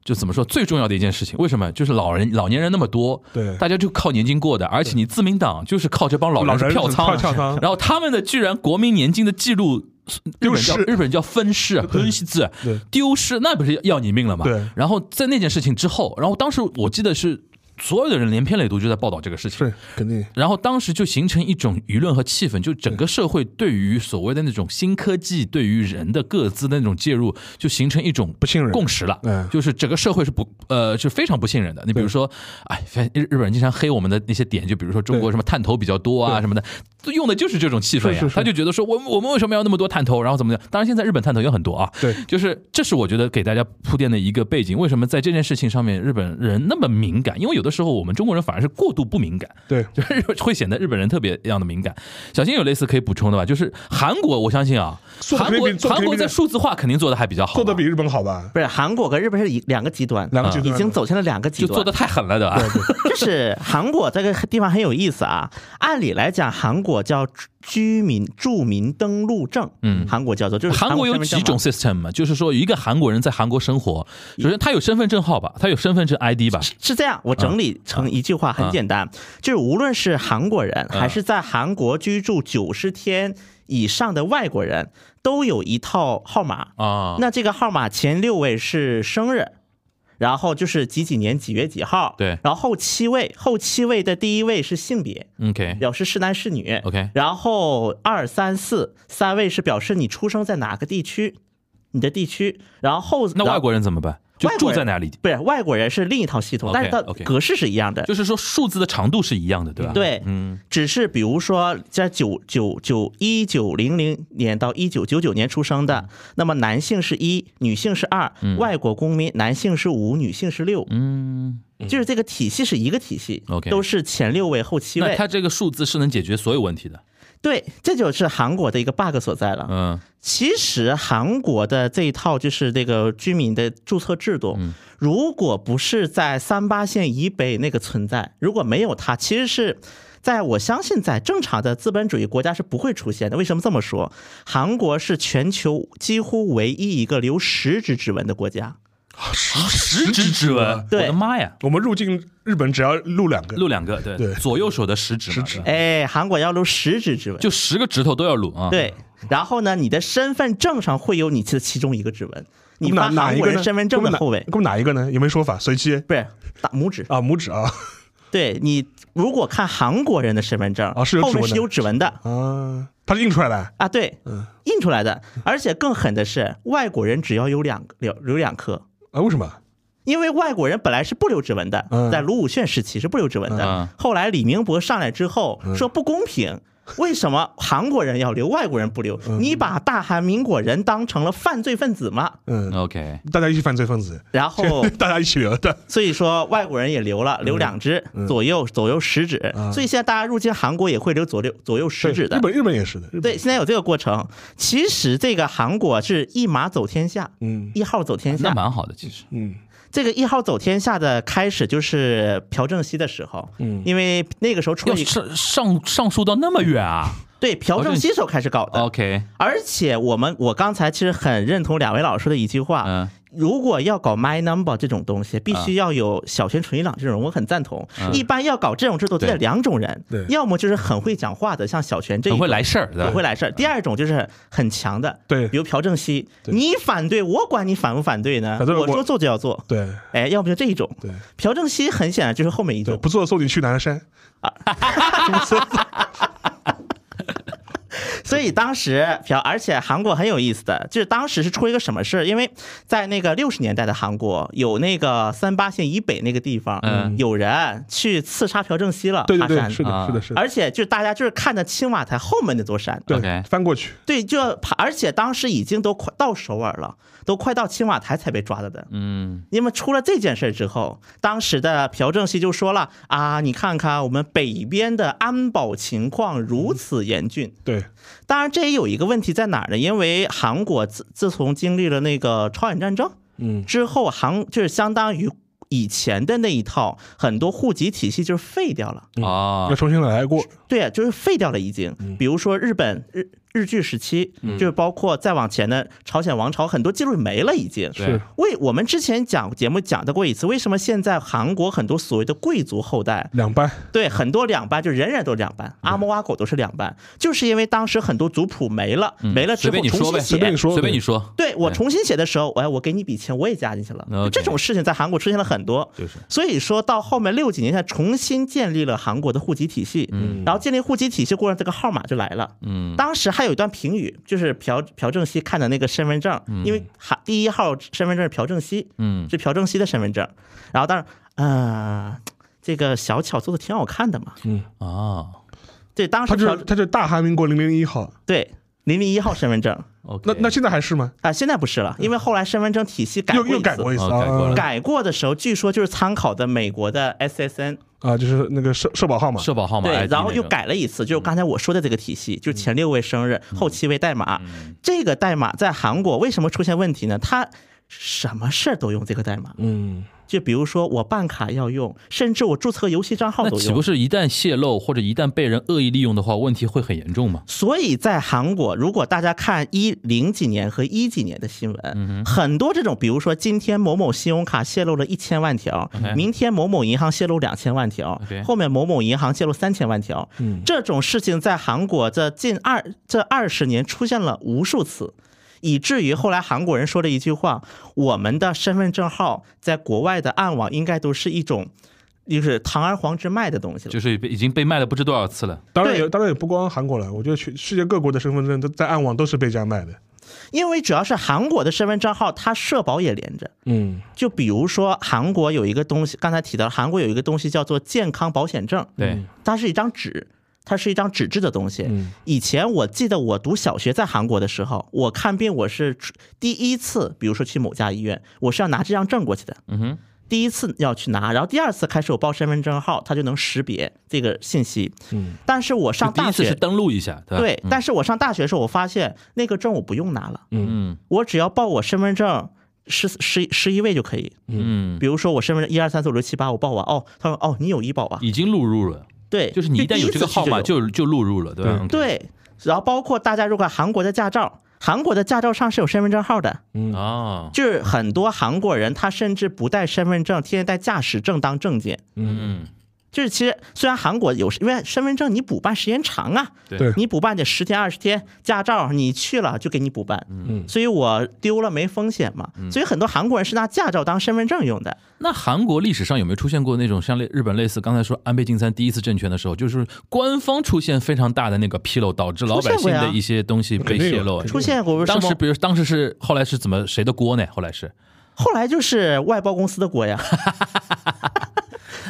Speaker 5: 就怎么说最重要的一件事情？为什么？就是老人老年人那么多，
Speaker 4: 对
Speaker 5: 大家就靠年金过的，而且你自民党就是靠这帮老
Speaker 4: 老
Speaker 5: 人
Speaker 4: 人
Speaker 5: 是票仓啊，
Speaker 4: 是票仓
Speaker 5: 然后他们的居然国民年金的记录。日
Speaker 4: 丢
Speaker 5: 本
Speaker 4: 失
Speaker 5: 叫日本叫分失啊，分失字
Speaker 4: 对
Speaker 5: 丢失，那不是要你命了吗？
Speaker 4: 对
Speaker 5: 然后在那件事情之后，然后当时我记得是所有的人连篇累牍就在报道这个事情，
Speaker 4: 是肯定
Speaker 5: 然后当时就形成一种舆论和气氛，就整个社会对于所谓的那种新科技对于人的各自的那种介入，就形成一种
Speaker 4: 不信任
Speaker 5: 共识了。
Speaker 4: 嗯
Speaker 5: 就是整个社会是不呃是非常不信任的。你比如说，哎，反日日本人经常黑我们的那些点，就比如说中国
Speaker 4: 对
Speaker 5: 什么探头比较多啊什么的，都用的就是这种气氛呀。
Speaker 4: 是是是
Speaker 5: 他就觉得说我们我们为什么要那么多探头，然后怎么样？当然现在日本探头也很多啊。
Speaker 4: 对
Speaker 5: 就是这是我觉得给大家铺垫的一个背景。为什么在这件事情上面日本人那么敏感？因为有的时候我们中国人反而是过度不敏感。
Speaker 4: 对
Speaker 5: 就是 会显得日本人特别一样的敏感。小新有类似可以补充的吧？就是韩国，我相信啊，
Speaker 4: 做得
Speaker 5: 韩
Speaker 4: 肯定
Speaker 5: 国
Speaker 4: 比做得
Speaker 5: 韩
Speaker 4: 肯定
Speaker 5: 国
Speaker 4: 比
Speaker 5: 在数字化肯定做的还比较好吧，
Speaker 4: 做的比日本好吧？
Speaker 6: 不是韩国跟日本是一两个极端，
Speaker 4: 两个极端
Speaker 6: 已经走向了两个极
Speaker 5: 就
Speaker 6: 端
Speaker 5: 做的。太狠了，对吧？
Speaker 6: 就是韩国这个地方很有意思啊。按理来讲，韩国叫居民住民登录证，
Speaker 5: 嗯
Speaker 6: 韩国叫做就是
Speaker 5: 韩国有
Speaker 6: 身份证
Speaker 5: 几种
Speaker 6: 嘛
Speaker 5: system 嘛？就是说，一个韩国人在韩国生活，首先他有身份证号吧，他有身份证 ID 吧，
Speaker 6: 是这样，我整理成一句话，很简单，
Speaker 5: 嗯
Speaker 6: 就是无论是韩国人还是在韩国居住九十天以上的外国人，都有一套号码。
Speaker 5: 啊，
Speaker 6: 那这个号码前六位是生日，然后就是几几年几月几号，
Speaker 5: 对
Speaker 6: 然后后七位，后七位的第一位是性别，
Speaker 5: OK
Speaker 6: 表示是男是女
Speaker 5: 哎 OK
Speaker 6: 然后二三四三位是表示你出生在哪个地区，你的地区，然后
Speaker 5: 那外国人怎么办？就
Speaker 6: 外国
Speaker 5: 住
Speaker 6: 人
Speaker 5: 在哪里，
Speaker 6: 不是外国人是另一套系统，但是它
Speaker 5: OK，OK
Speaker 6: 格式是一样的。
Speaker 5: 就是说数字的长度是一样的，对吧？
Speaker 6: 对，
Speaker 5: 嗯，
Speaker 6: 只是比如说在九九九一九零零年到一九九九年出生
Speaker 5: 嗯
Speaker 6: 的，那么男性是一，女性是二、外国公民男性是五，女性是六，
Speaker 5: 嗯，
Speaker 6: 就是这个体系是一个体系
Speaker 5: OK
Speaker 6: 都是前六位后七
Speaker 5: 那
Speaker 6: 位
Speaker 5: 它。这个数字是能解决所有问题的，
Speaker 6: 对，这就是韩国的一个 bug 所在了。
Speaker 5: 嗯
Speaker 6: 其实韩国的这一套就是这个居民的注册制度，
Speaker 5: 嗯
Speaker 6: 如果不是在三八线以北那个存在，如果没有它，其实是。在我相信，在正常的资本主义国家是不会出现的。为什么这么说？韩国是全球几乎唯一一个留食指指纹的国家。
Speaker 5: 啊十指指纹，
Speaker 6: 对
Speaker 5: 我的妈呀，
Speaker 4: 我们入境日本只要录两个，
Speaker 5: 录两个，对
Speaker 4: 对
Speaker 5: 左右手的食指嘛，
Speaker 4: 食
Speaker 5: 对
Speaker 4: 指
Speaker 5: 吧
Speaker 6: 哎，韩国要留食指指纹，
Speaker 5: 就十个指头都要撸啊，，
Speaker 6: 对。然后呢，你的身份证上会有你的其中一个指纹，你
Speaker 4: 哪
Speaker 6: 发
Speaker 4: 哪
Speaker 6: 韩
Speaker 4: 一
Speaker 6: 国
Speaker 4: 个
Speaker 6: 人
Speaker 4: 呢？
Speaker 6: 身份证
Speaker 4: 我
Speaker 6: 的
Speaker 4: 们哪
Speaker 6: 后尾，
Speaker 4: 我们哪一个呢？也没说法，随机
Speaker 6: 不是大拇指。
Speaker 4: 啊，拇指啊
Speaker 6: 对你如果看韩国人的身份证，
Speaker 4: 啊是有
Speaker 6: 后
Speaker 4: 指
Speaker 6: 面
Speaker 4: 纹
Speaker 6: 是
Speaker 4: 的
Speaker 6: 有指纹的
Speaker 4: 啊，它是印出来的，
Speaker 6: 啊，对，
Speaker 4: 嗯
Speaker 6: 印出来的。而且更狠的是，外国人只要有两有有两颗，
Speaker 4: 啊，为什么？
Speaker 6: 因为外国人本来是不留指纹的，
Speaker 4: 嗯
Speaker 6: 在卢武铉时期是不留指纹的。
Speaker 5: 嗯
Speaker 6: 后来李明博上来之后
Speaker 4: 嗯
Speaker 6: 说不公平。为什么韩国人要留，外国人不留？你把大韩民国人当成了犯罪分子吗？
Speaker 4: 嗯，
Speaker 5: ，OK，
Speaker 4: 大家一起犯罪分子，
Speaker 6: 然后
Speaker 4: 大家一起留 的，
Speaker 6: 所以说外国人也留
Speaker 4: 嗯
Speaker 6: 了，留两只左右左右食指，所以现在大家入境韩国也会留左右左右食指的。
Speaker 4: 对啊日本日本也是的，日本
Speaker 6: 对，现在有这个过程。其实这个韩国是一马走天下，
Speaker 4: 嗯
Speaker 6: 一号走天
Speaker 5: 那
Speaker 6: 下。
Speaker 5: 蛮好的，其实，
Speaker 4: 嗯
Speaker 6: 这个一号走天下的开始就是朴正熙的时候，嗯，因为那个时候出
Speaker 5: 要
Speaker 6: 了一个
Speaker 5: 上上上溯到那么远啊
Speaker 6: 对朴正熙时候开始搞的。
Speaker 5: ，OK，
Speaker 6: 而且我们我刚才其实很认同两位老师的一句话，
Speaker 5: 嗯
Speaker 6: 如果要搞 My Number 这种东西，必须要有小泉纯一郎这种，我很赞同。一般要搞这种制度，就
Speaker 5: 嗯对
Speaker 6: 得两种人
Speaker 4: 对，
Speaker 6: 要么就是很会讲话的，像小泉这一
Speaker 5: 很
Speaker 6: 种
Speaker 5: 会来嗯事儿，对吧
Speaker 6: 很会来事儿；第二种就是很强的，
Speaker 4: 对
Speaker 6: 比如朴正熙，你反对我管你反不反对呢？
Speaker 4: 反正
Speaker 6: 我
Speaker 4: 我
Speaker 6: 说做就要做，
Speaker 4: 对
Speaker 6: 哎，要不就这一种。
Speaker 4: 对
Speaker 6: 朴正熙很显然就是后面一
Speaker 4: 对，
Speaker 6: 种，
Speaker 4: 不做送你去南山，
Speaker 6: 所以当时朴，而且韩国很有意思的，就是当时是出一个什么事儿？因为在那个六十年代的韩国，有那个三八线以北那个地方，
Speaker 5: 嗯
Speaker 6: 有人去刺杀朴正熙了，
Speaker 4: 对对
Speaker 6: 爬
Speaker 4: 对，
Speaker 6: 山哦哎
Speaker 4: 是
Speaker 5: 啊
Speaker 4: 的是的是的，
Speaker 6: 而且就是大家就是看着青瓦台后面那座山，
Speaker 5: OK
Speaker 4: 对，翻过去，
Speaker 6: 对，就爬，而且当时已经都快到首尔了，都快到青瓦台才被抓的的。
Speaker 5: 嗯，
Speaker 6: 因为出了这件事之后，当时的朴正熙就说了啊，你看看我们北边的安保情况如此严峻，
Speaker 4: 对，
Speaker 6: 当然，这也有一个问题在哪儿呢？因为韩国自自从经历了那个朝鲜战争
Speaker 4: 嗯
Speaker 6: 之后，韩就是相当于以前的那一套很多户籍体系就是废掉了，
Speaker 5: 啊
Speaker 6: 嗯
Speaker 4: 要，重新来过，
Speaker 6: 对，啊就是废掉了已经。比如说日本日日据时期，就是包括再往前的朝鲜王朝，很多记录没了已经。
Speaker 5: 对
Speaker 4: 是
Speaker 6: 为我们之前讲节目讲到过一次，为什么现在韩国很多所谓的贵族后代
Speaker 4: 两班，
Speaker 6: 对，很多两班就人人都两班，
Speaker 5: 嗯
Speaker 6: 阿猫阿狗都是两班，就是因为当时很多族谱没了，没了之
Speaker 5: 嗯随
Speaker 6: 后
Speaker 5: 便你
Speaker 6: 重
Speaker 5: 说呗，
Speaker 6: 新
Speaker 4: 随便
Speaker 6: 写
Speaker 4: 你。说
Speaker 5: 随便你说，
Speaker 6: 对我重新写的时候，哎，我给你笔钱，我也加进去了。
Speaker 5: 嗯 OK
Speaker 6: 这种事情在韩国出现了很多，
Speaker 5: 就是
Speaker 6: 所以说到后面六几年，才重新建立了韩国的户籍体系。嗯，然后建立户籍体系过程，这个号码就来了。
Speaker 5: 嗯，
Speaker 6: 当时还有一段评语，就是朴朴正熙看的那个身份证，因为韩第一号身份证是朴正熙，
Speaker 5: 嗯
Speaker 6: 是朴正熙的身份证。然后当时，呃，这个小巧做的挺好看的嘛。
Speaker 5: 啊
Speaker 6: 对，当时
Speaker 4: 他就
Speaker 6: 朴
Speaker 4: 是他就是大韩民国零零一号，
Speaker 6: 对零零一号身份证啊、
Speaker 5: ，OK，
Speaker 4: 那那现在还是吗？
Speaker 6: 现在不是了，因为后来身份证体系改
Speaker 4: 又
Speaker 6: 过
Speaker 4: 又改
Speaker 6: 次
Speaker 4: 过一次
Speaker 5: 哦改过了
Speaker 4: 啊
Speaker 6: 改过的时候，据说就是参考的美国的 SSN，
Speaker 4: 啊，就是那个社社保号码，
Speaker 5: 社保号码
Speaker 6: 对，
Speaker 5: ID
Speaker 6: 然后
Speaker 5: 那嗯
Speaker 6: 又
Speaker 5: 个
Speaker 6: 改了一次，就是刚才我说的这个体系，就是前六位生日，
Speaker 5: 嗯
Speaker 6: 后七位代码。这个代码在韩国为什么出现问题呢？它什么事儿都用这个代码，
Speaker 4: 嗯，
Speaker 6: 就比如说我办卡要用，甚至我注册游戏账号
Speaker 5: 那
Speaker 6: 都
Speaker 5: 岂不
Speaker 6: 用。
Speaker 5: 是一旦泄露或者一旦被人恶意利用的话，问题会很严重吗？
Speaker 6: 所以在韩国，如果大家看一零几年和一几年的新闻，
Speaker 5: 嗯
Speaker 6: 很多这种，比如说今天某某信用卡泄露了一千万条
Speaker 5: OK
Speaker 6: 明天某某银行泄露两千万条
Speaker 5: OK 嗯
Speaker 6: 后面某某银行泄露三千万条，这种事情在韩国这近二这二十年出现了无数次。以至于后来韩国人说了一句话：“我们的身份证号在国外的暗网应该都是一种，就是堂而皇之卖的东西了。”
Speaker 5: 就是被已经被卖了不知多少次了。
Speaker 4: 当然也
Speaker 6: 对
Speaker 4: 当然也不光韩国了，我觉得全世界各国的身份证都在暗网都是被这样卖的，
Speaker 6: 因为主要是韩国的身份证号，它社保也连着。
Speaker 4: 嗯
Speaker 6: 就比如说韩国有一个东西，刚才提到了韩国有一个东西叫做健康保险证，
Speaker 5: 对，
Speaker 6: 它是一张纸，它是一张纸质的东西。
Speaker 4: 嗯
Speaker 6: 以前我记得我读小学在韩国的时候，我看病我是出第一次，比如说去某家医院，我是要拿这张证过去的。
Speaker 5: 嗯哼，
Speaker 6: 第一次要去拿，然后第二次开始我报身份证号，它就能识别这个信息。
Speaker 4: 嗯，
Speaker 6: 但是我上
Speaker 5: 就第
Speaker 6: 大
Speaker 5: 一次是
Speaker 6: 学，
Speaker 5: 登录一下，对吧？
Speaker 6: 对，
Speaker 5: 嗯
Speaker 6: 但是我上大学的时候，我发现那个证我不用拿了，
Speaker 5: 嗯
Speaker 6: 我只要报我身份证十十十一位就可以。
Speaker 5: 嗯，
Speaker 6: 比如说我身份证一二三四五六七八，我报完哦，他说哦你有医保吧？
Speaker 5: 已经录入了，
Speaker 6: 对，
Speaker 5: 就是你一旦
Speaker 6: 第
Speaker 5: 有
Speaker 6: 一
Speaker 5: 这个
Speaker 6: 次去
Speaker 5: 号码
Speaker 6: 有
Speaker 5: 就就录入了，对吧？
Speaker 6: 对，然后包括大家如果韩国的驾照，韩国的驾照上是有身份证号的，
Speaker 5: 嗯啊，
Speaker 6: 就是很多韩国人他甚至不带身份证，天天带驾驶证当证件。
Speaker 5: 嗯，
Speaker 6: 就是其实虽然韩国有，因为身份证你补办时间长啊，
Speaker 4: 对
Speaker 6: 你补办得十天二十天，驾照你去了就给你补办，
Speaker 4: 嗯
Speaker 6: 所以我丢了没风险嘛，
Speaker 5: 嗯
Speaker 6: 所以很多韩国人是拿驾照当身份证用的，
Speaker 5: 那韩国历史上有没有出现过那种像类日本类似刚才说安倍晋三第一次政权的时候，就是官方出现非常大的那个纰漏，导致老百
Speaker 6: 出
Speaker 5: 姓
Speaker 6: 现过呀
Speaker 5: 的一些东西被泄露？
Speaker 4: 肯定有
Speaker 6: 出现过什
Speaker 5: 当时
Speaker 6: 么？
Speaker 5: 比如当时是后来是怎么谁的锅呢？后来是
Speaker 6: 后来就是外包公司的锅呀。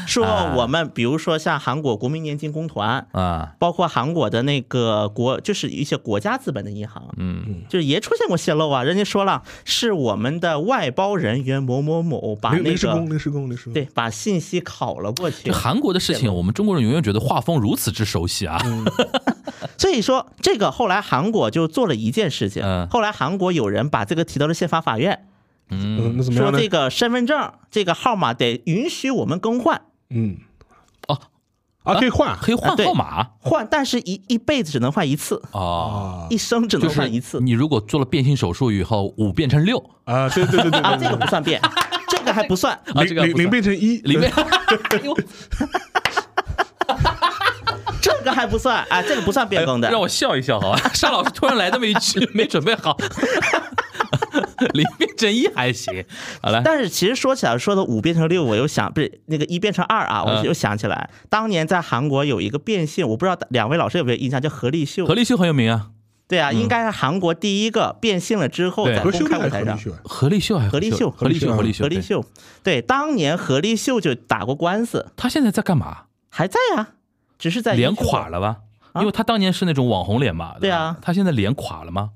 Speaker 6: 说
Speaker 5: 啊
Speaker 6: 我们比如说像韩国国民年金公团，
Speaker 5: 啊，
Speaker 6: 包括韩国的那个国，就是一些国家资本的银行，
Speaker 5: 嗯，
Speaker 6: 就是也出现过泄露啊。人家说了，是我们的外包人员某某某把
Speaker 4: 临
Speaker 6: 啊那
Speaker 4: 临时工，
Speaker 6: 个
Speaker 4: 临时工，临时工。
Speaker 6: 对把信息拷了过去
Speaker 5: 就。嗯韩国的事情，我们中国人永远觉得画风如此之熟悉啊，
Speaker 6: 所以说，这个后来韩国就做了一件事情
Speaker 5: 嗯，
Speaker 6: 后来韩国有人把这个提到了宪法法院，
Speaker 4: 嗯，那怎么
Speaker 6: 说
Speaker 4: 样呢？
Speaker 6: 这个身份证这个号码得允许我们更换，
Speaker 4: 嗯，
Speaker 5: 哦
Speaker 4: 啊，可以换
Speaker 5: 可以换
Speaker 6: 啊对
Speaker 5: 号码
Speaker 6: 换，但是一一辈子只能换一次，
Speaker 5: 哦。
Speaker 4: 啊
Speaker 6: 一生只
Speaker 5: 就
Speaker 6: 能
Speaker 5: 是
Speaker 6: 换一次。
Speaker 5: 你如果做了变性手术以后，五变成六
Speaker 4: 啊，对对对对
Speaker 6: 啊，
Speaker 4: 对
Speaker 6: 这个不算 变，这个还不算。
Speaker 5: 啊，
Speaker 4: 对，
Speaker 5: 这个
Speaker 4: 零零
Speaker 5: 不算
Speaker 4: 零变成一，
Speaker 5: 零变，
Speaker 6: 这个还不算啊，这个不算变更的。
Speaker 5: 哎让我笑一笑好吧？沙老师突然来这么一句，没准备 好。零变成一还行，好来，
Speaker 6: 但是其实说起来，说的五变成六，我又想不是那个一变成二啊，我
Speaker 5: 嗯
Speaker 6: 又想起来，当年在韩国有一个变性，我不知道两位老师有没有印象，叫何立秀
Speaker 5: 何。立修很有名啊，
Speaker 6: 对啊，应该是韩国第一个变性了之后
Speaker 5: 对
Speaker 6: 在
Speaker 4: 何
Speaker 6: 公
Speaker 4: 修
Speaker 6: 开
Speaker 4: 炼还
Speaker 6: 舞
Speaker 4: 是何立
Speaker 6: 台上。
Speaker 4: 秀啊？
Speaker 5: 何立秀还是
Speaker 6: 何立秀啊
Speaker 5: 何立秀，何立秀，
Speaker 6: 何立
Speaker 5: 对，
Speaker 6: 秀，对，当年何立秀就打过官司，
Speaker 5: 他现在在干嘛？
Speaker 6: 还在啊，只是在啊
Speaker 5: 脸垮。了吧？因为他当年是那种网红脸嘛，
Speaker 6: 对
Speaker 5: 吧
Speaker 6: 啊
Speaker 5: 他现在脸垮了吗？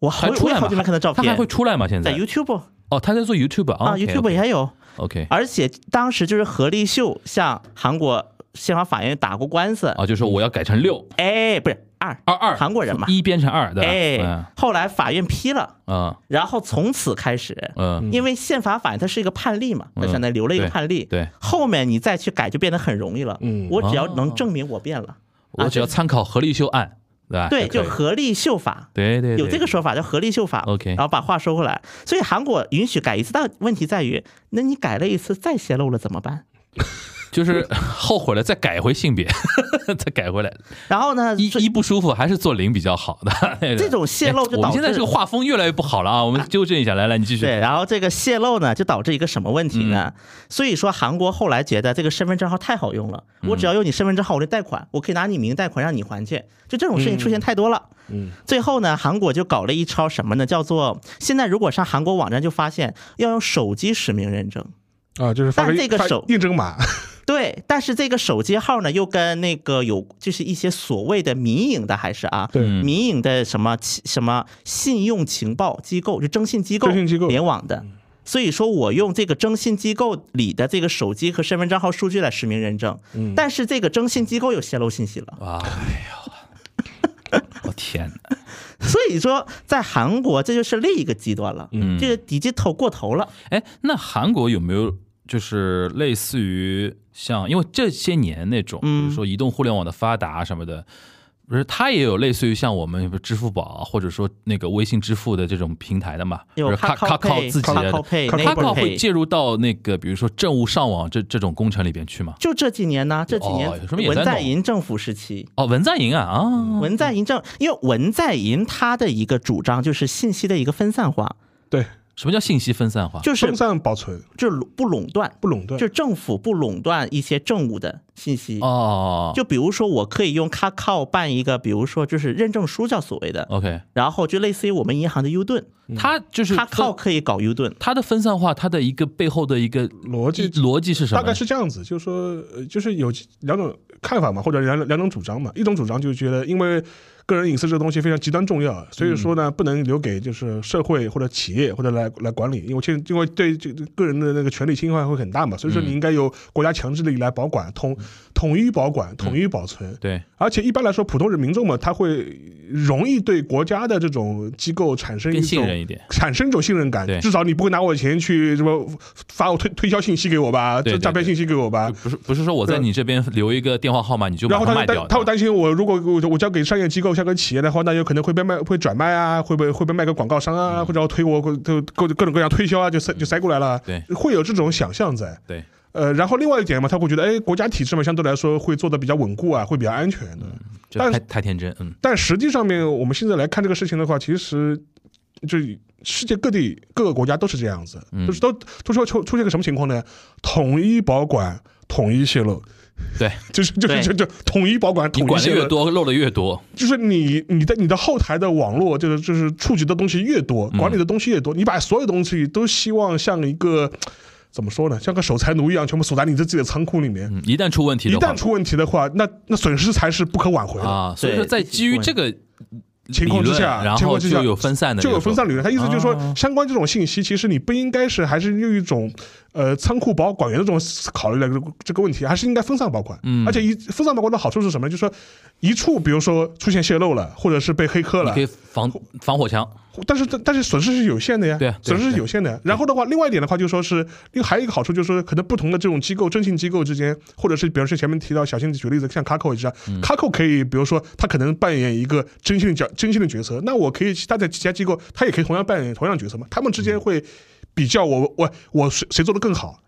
Speaker 6: 我好
Speaker 5: 还出
Speaker 6: 我也
Speaker 5: 来
Speaker 6: 好
Speaker 5: 吗？
Speaker 6: 久没看到照
Speaker 5: 他还
Speaker 6: 片
Speaker 5: 会，出来吗？现
Speaker 6: 在
Speaker 5: 在
Speaker 6: YouTube
Speaker 5: 哦，他在做 YouTube
Speaker 6: 啊
Speaker 5: 啊
Speaker 6: ，YouTube 也有。
Speaker 5: OK
Speaker 6: 而且当时就是何立秀向韩国宪法法院打过官司，
Speaker 5: 啊，就说我要改成六
Speaker 6: 哎，不是二
Speaker 5: 二二，
Speaker 6: 韩国人嘛
Speaker 5: 一变成二，对啊
Speaker 6: 哎
Speaker 5: 吧？，
Speaker 6: 后来法院批了，
Speaker 5: 嗯
Speaker 6: 然后从此开始，
Speaker 5: 嗯嗯，
Speaker 6: 因为宪法法院它是一个判例嘛，它
Speaker 5: 嗯
Speaker 6: 相当于留了一个
Speaker 5: 对
Speaker 6: 判例，
Speaker 5: 对，
Speaker 6: 后面你再去改就变得很容易了。
Speaker 4: 嗯
Speaker 6: 我只要能证明我变了，
Speaker 5: 我只要参考何立秀案，对吧？
Speaker 6: 对，
Speaker 5: 就
Speaker 6: 就
Speaker 5: 哦可以
Speaker 6: 合力秀法。
Speaker 5: 对对
Speaker 6: 有
Speaker 5: 对
Speaker 6: 这个说法叫合力秀法
Speaker 5: OK
Speaker 6: 然后把话说回来，所以韩国允许改一次，但问题在于，那你改了一次再泄露了怎么办？
Speaker 5: 就是后悔了再改回性别， 再改回来，
Speaker 6: 然后呢，
Speaker 5: 一
Speaker 6: 呃最
Speaker 5: 一不舒服还是做零比较好的。哎
Speaker 6: 这种泄露就
Speaker 5: 我们
Speaker 6: 导
Speaker 5: 现在这
Speaker 6: 致
Speaker 5: 个画风越来越不好了啊！我们纠正一下，来来，你继续。
Speaker 6: 对，然后这个泄露呢，就导致一个什么问题呢？所以说韩国后来觉得这个身份证号太好用了，我只要用你身份证号，我就贷款，我可以拿你名贷款让你还去，就这种事情出现太多了。
Speaker 4: 嗯，
Speaker 6: 最后呢，韩国就搞了一招什么呢？叫做现在如果上韩国网站就发现要用手机实名认证，
Speaker 4: 啊，就是发
Speaker 6: 但这个
Speaker 4: 发
Speaker 6: 手
Speaker 4: 验证码，
Speaker 6: 对，但是这个手机号呢，又跟那个有就是一些所谓的民营的还是啊，
Speaker 4: 对
Speaker 6: 民营的什么其什么信用情报机构，就征信机构，
Speaker 4: 征信机构
Speaker 6: 联网的。所以说我用这个征信机构里的这个手机和身份证号数据来实名认证，但是这个征信机构又泄露信息了。
Speaker 5: 哇，哎呦，我天哪！
Speaker 6: 所以说在韩国这就是另一个极端了，嗯，这个 digital 过头了。
Speaker 5: 哎，那韩国有没有就是类似于像，因为这些年那种，
Speaker 6: 嗯
Speaker 5: 比如说移动互联网的发达什么的。不是，它也有类似于像我们支付宝啊或者说那个微信支付的这种平台的嘛，就
Speaker 6: 有
Speaker 5: 是卡
Speaker 6: Kakao
Speaker 5: 卡靠
Speaker 6: Pay
Speaker 5: 自己的
Speaker 6: Kakao Pay
Speaker 5: Kakao
Speaker 6: Neighbor
Speaker 5: 会
Speaker 6: Pay
Speaker 5: 介入到那个比如说政务上网这这种工程里边去吗？
Speaker 6: 就这几年呢，这几年
Speaker 5: 哦有什么也在
Speaker 6: 文在
Speaker 5: 弄
Speaker 6: 寅政府时期，
Speaker 5: 哦，文在寅啊
Speaker 4: 嗯
Speaker 5: 啊，
Speaker 6: 文在寅政，因为文在寅他的一个主张就是信息的一个分散化，
Speaker 4: 对，
Speaker 5: 什么叫信息分散化？
Speaker 6: 就是
Speaker 4: 分散保存，
Speaker 6: 就是不垄断，
Speaker 4: 不垄断
Speaker 6: 就。是政府不垄断一些政务的信息。
Speaker 5: 哦，
Speaker 6: 就比如说，我可以用 Kakao 办一个，比如说就是认证书叫所谓的，
Speaker 4: 哦
Speaker 5: OK，
Speaker 6: 然后就类似于我们银行的 U 盾，
Speaker 4: 嗯
Speaker 5: 它就是
Speaker 6: 它靠
Speaker 5: 分
Speaker 6: 可以搞 U 盾，
Speaker 5: 它的分散化，它的一个背后的一个
Speaker 4: 逻辑
Speaker 5: 逻辑是什么
Speaker 4: 大
Speaker 5: 呢？
Speaker 4: 概是这样子，就是说，呃就是有两种看法嘛，或者两两种主张嘛。一种主张就觉得，因为个人隐私这个东西非常极端重要，所以说呢，不能留给就是社会或者企业或者来来管理，因为现因为对这个个人的那个权利侵害会很大嘛，所以说你应该由国家强制力来保管，统
Speaker 5: 嗯
Speaker 4: 统一保管，统一保存。
Speaker 5: 对，
Speaker 4: 而且一般来说，普通人民众嘛，他会容易对国家的这种机构产生一
Speaker 5: 更
Speaker 4: 种
Speaker 5: 信任一点。
Speaker 4: 产生一种信任感
Speaker 5: 对，
Speaker 4: 至少你不会拿我的钱去什么发我推推销信息给我吧，
Speaker 5: 对对
Speaker 4: 这诈骗信息给我吧
Speaker 5: 就。不是不是说我在你这边留一个电话号码，你就把
Speaker 4: 然后
Speaker 5: 它
Speaker 4: 他
Speaker 5: 卖
Speaker 4: 就担
Speaker 5: 掉的。
Speaker 4: 他会担心我，如果我我交给商业机构、交给企业的话，那有可能会被卖、会转卖啊，会被会被卖给广告商啊，
Speaker 5: 嗯
Speaker 4: 或者要推我就各各种各样推销啊，就塞就塞过来了。
Speaker 5: 对
Speaker 4: 会有这种想象在。
Speaker 5: 对，
Speaker 4: 呃，然后另外一点嘛，他会觉得，哎，国家体制嘛，相对来说会做的比较稳固啊，会比较安全的。
Speaker 5: 就
Speaker 4: 但
Speaker 5: 太
Speaker 4: 是
Speaker 5: 太天真， 嗯，
Speaker 4: 但实际上面，我们现在来看这个事情的话，其实就世界各地各个国家都是这样子，
Speaker 5: 嗯
Speaker 4: 就是都都说出出现个什么情况呢？统一保管，统一泄露。
Speaker 5: 对，
Speaker 4: 就是就是就
Speaker 6: 对
Speaker 4: 就统一保管，
Speaker 5: 你
Speaker 4: 统一
Speaker 5: 管的
Speaker 4: 泄
Speaker 5: 越
Speaker 4: 露，
Speaker 5: 多，漏的越多，
Speaker 4: 就是你你的你的后台的网络，就是就是触及的东西越多，
Speaker 5: 嗯
Speaker 4: 管理的东西越多，你把所有东西都希望像一个怎么说呢，像个守财奴一样，全部锁在你自己的仓库里面。
Speaker 5: 嗯，一旦出问题
Speaker 4: 一
Speaker 5: 的话
Speaker 4: 旦出问题的话，那那损失才是不可挽回的。
Speaker 5: 啊，所以
Speaker 6: 对
Speaker 5: 说在基于这个
Speaker 4: 情况
Speaker 5: 理
Speaker 4: 之
Speaker 5: 论
Speaker 4: 下
Speaker 5: 然
Speaker 4: 情
Speaker 5: 后
Speaker 4: 况之下
Speaker 5: 就有分散的这
Speaker 4: 就
Speaker 5: 个
Speaker 4: 有
Speaker 5: 说法，
Speaker 4: 分散理论。他意思就是说
Speaker 5: 啊，
Speaker 4: 相关这种信息，其实你不应该是还是用一种呃仓库保管员的这种考虑来这个问题，还是应该分散保管。
Speaker 5: 嗯
Speaker 4: 而且一分散保管的好处是什么？就是说一处，比如说出现泄露了，或者是被黑客
Speaker 5: 你
Speaker 4: 了
Speaker 5: 可，以防防火墙，
Speaker 4: 但是但是损失是有限的呀，
Speaker 5: 对啊对
Speaker 4: 损失
Speaker 5: 对
Speaker 4: 是有限的呀。然后的话，另外一点的话，就说是另还有一个好处，就是说可能不同的这种机构、征信机构之间，或者是比如说前面提到小新举例子，像 Kakao 也是啊，Kakao
Speaker 5: 嗯
Speaker 4: 可以，比如说他可能扮演一个征信的角征信的角色，那我可以其他的其他机构，他也可以同样扮演同样角色嘛，他们之
Speaker 5: 嗯
Speaker 4: 间会比较我我我谁谁做的更好，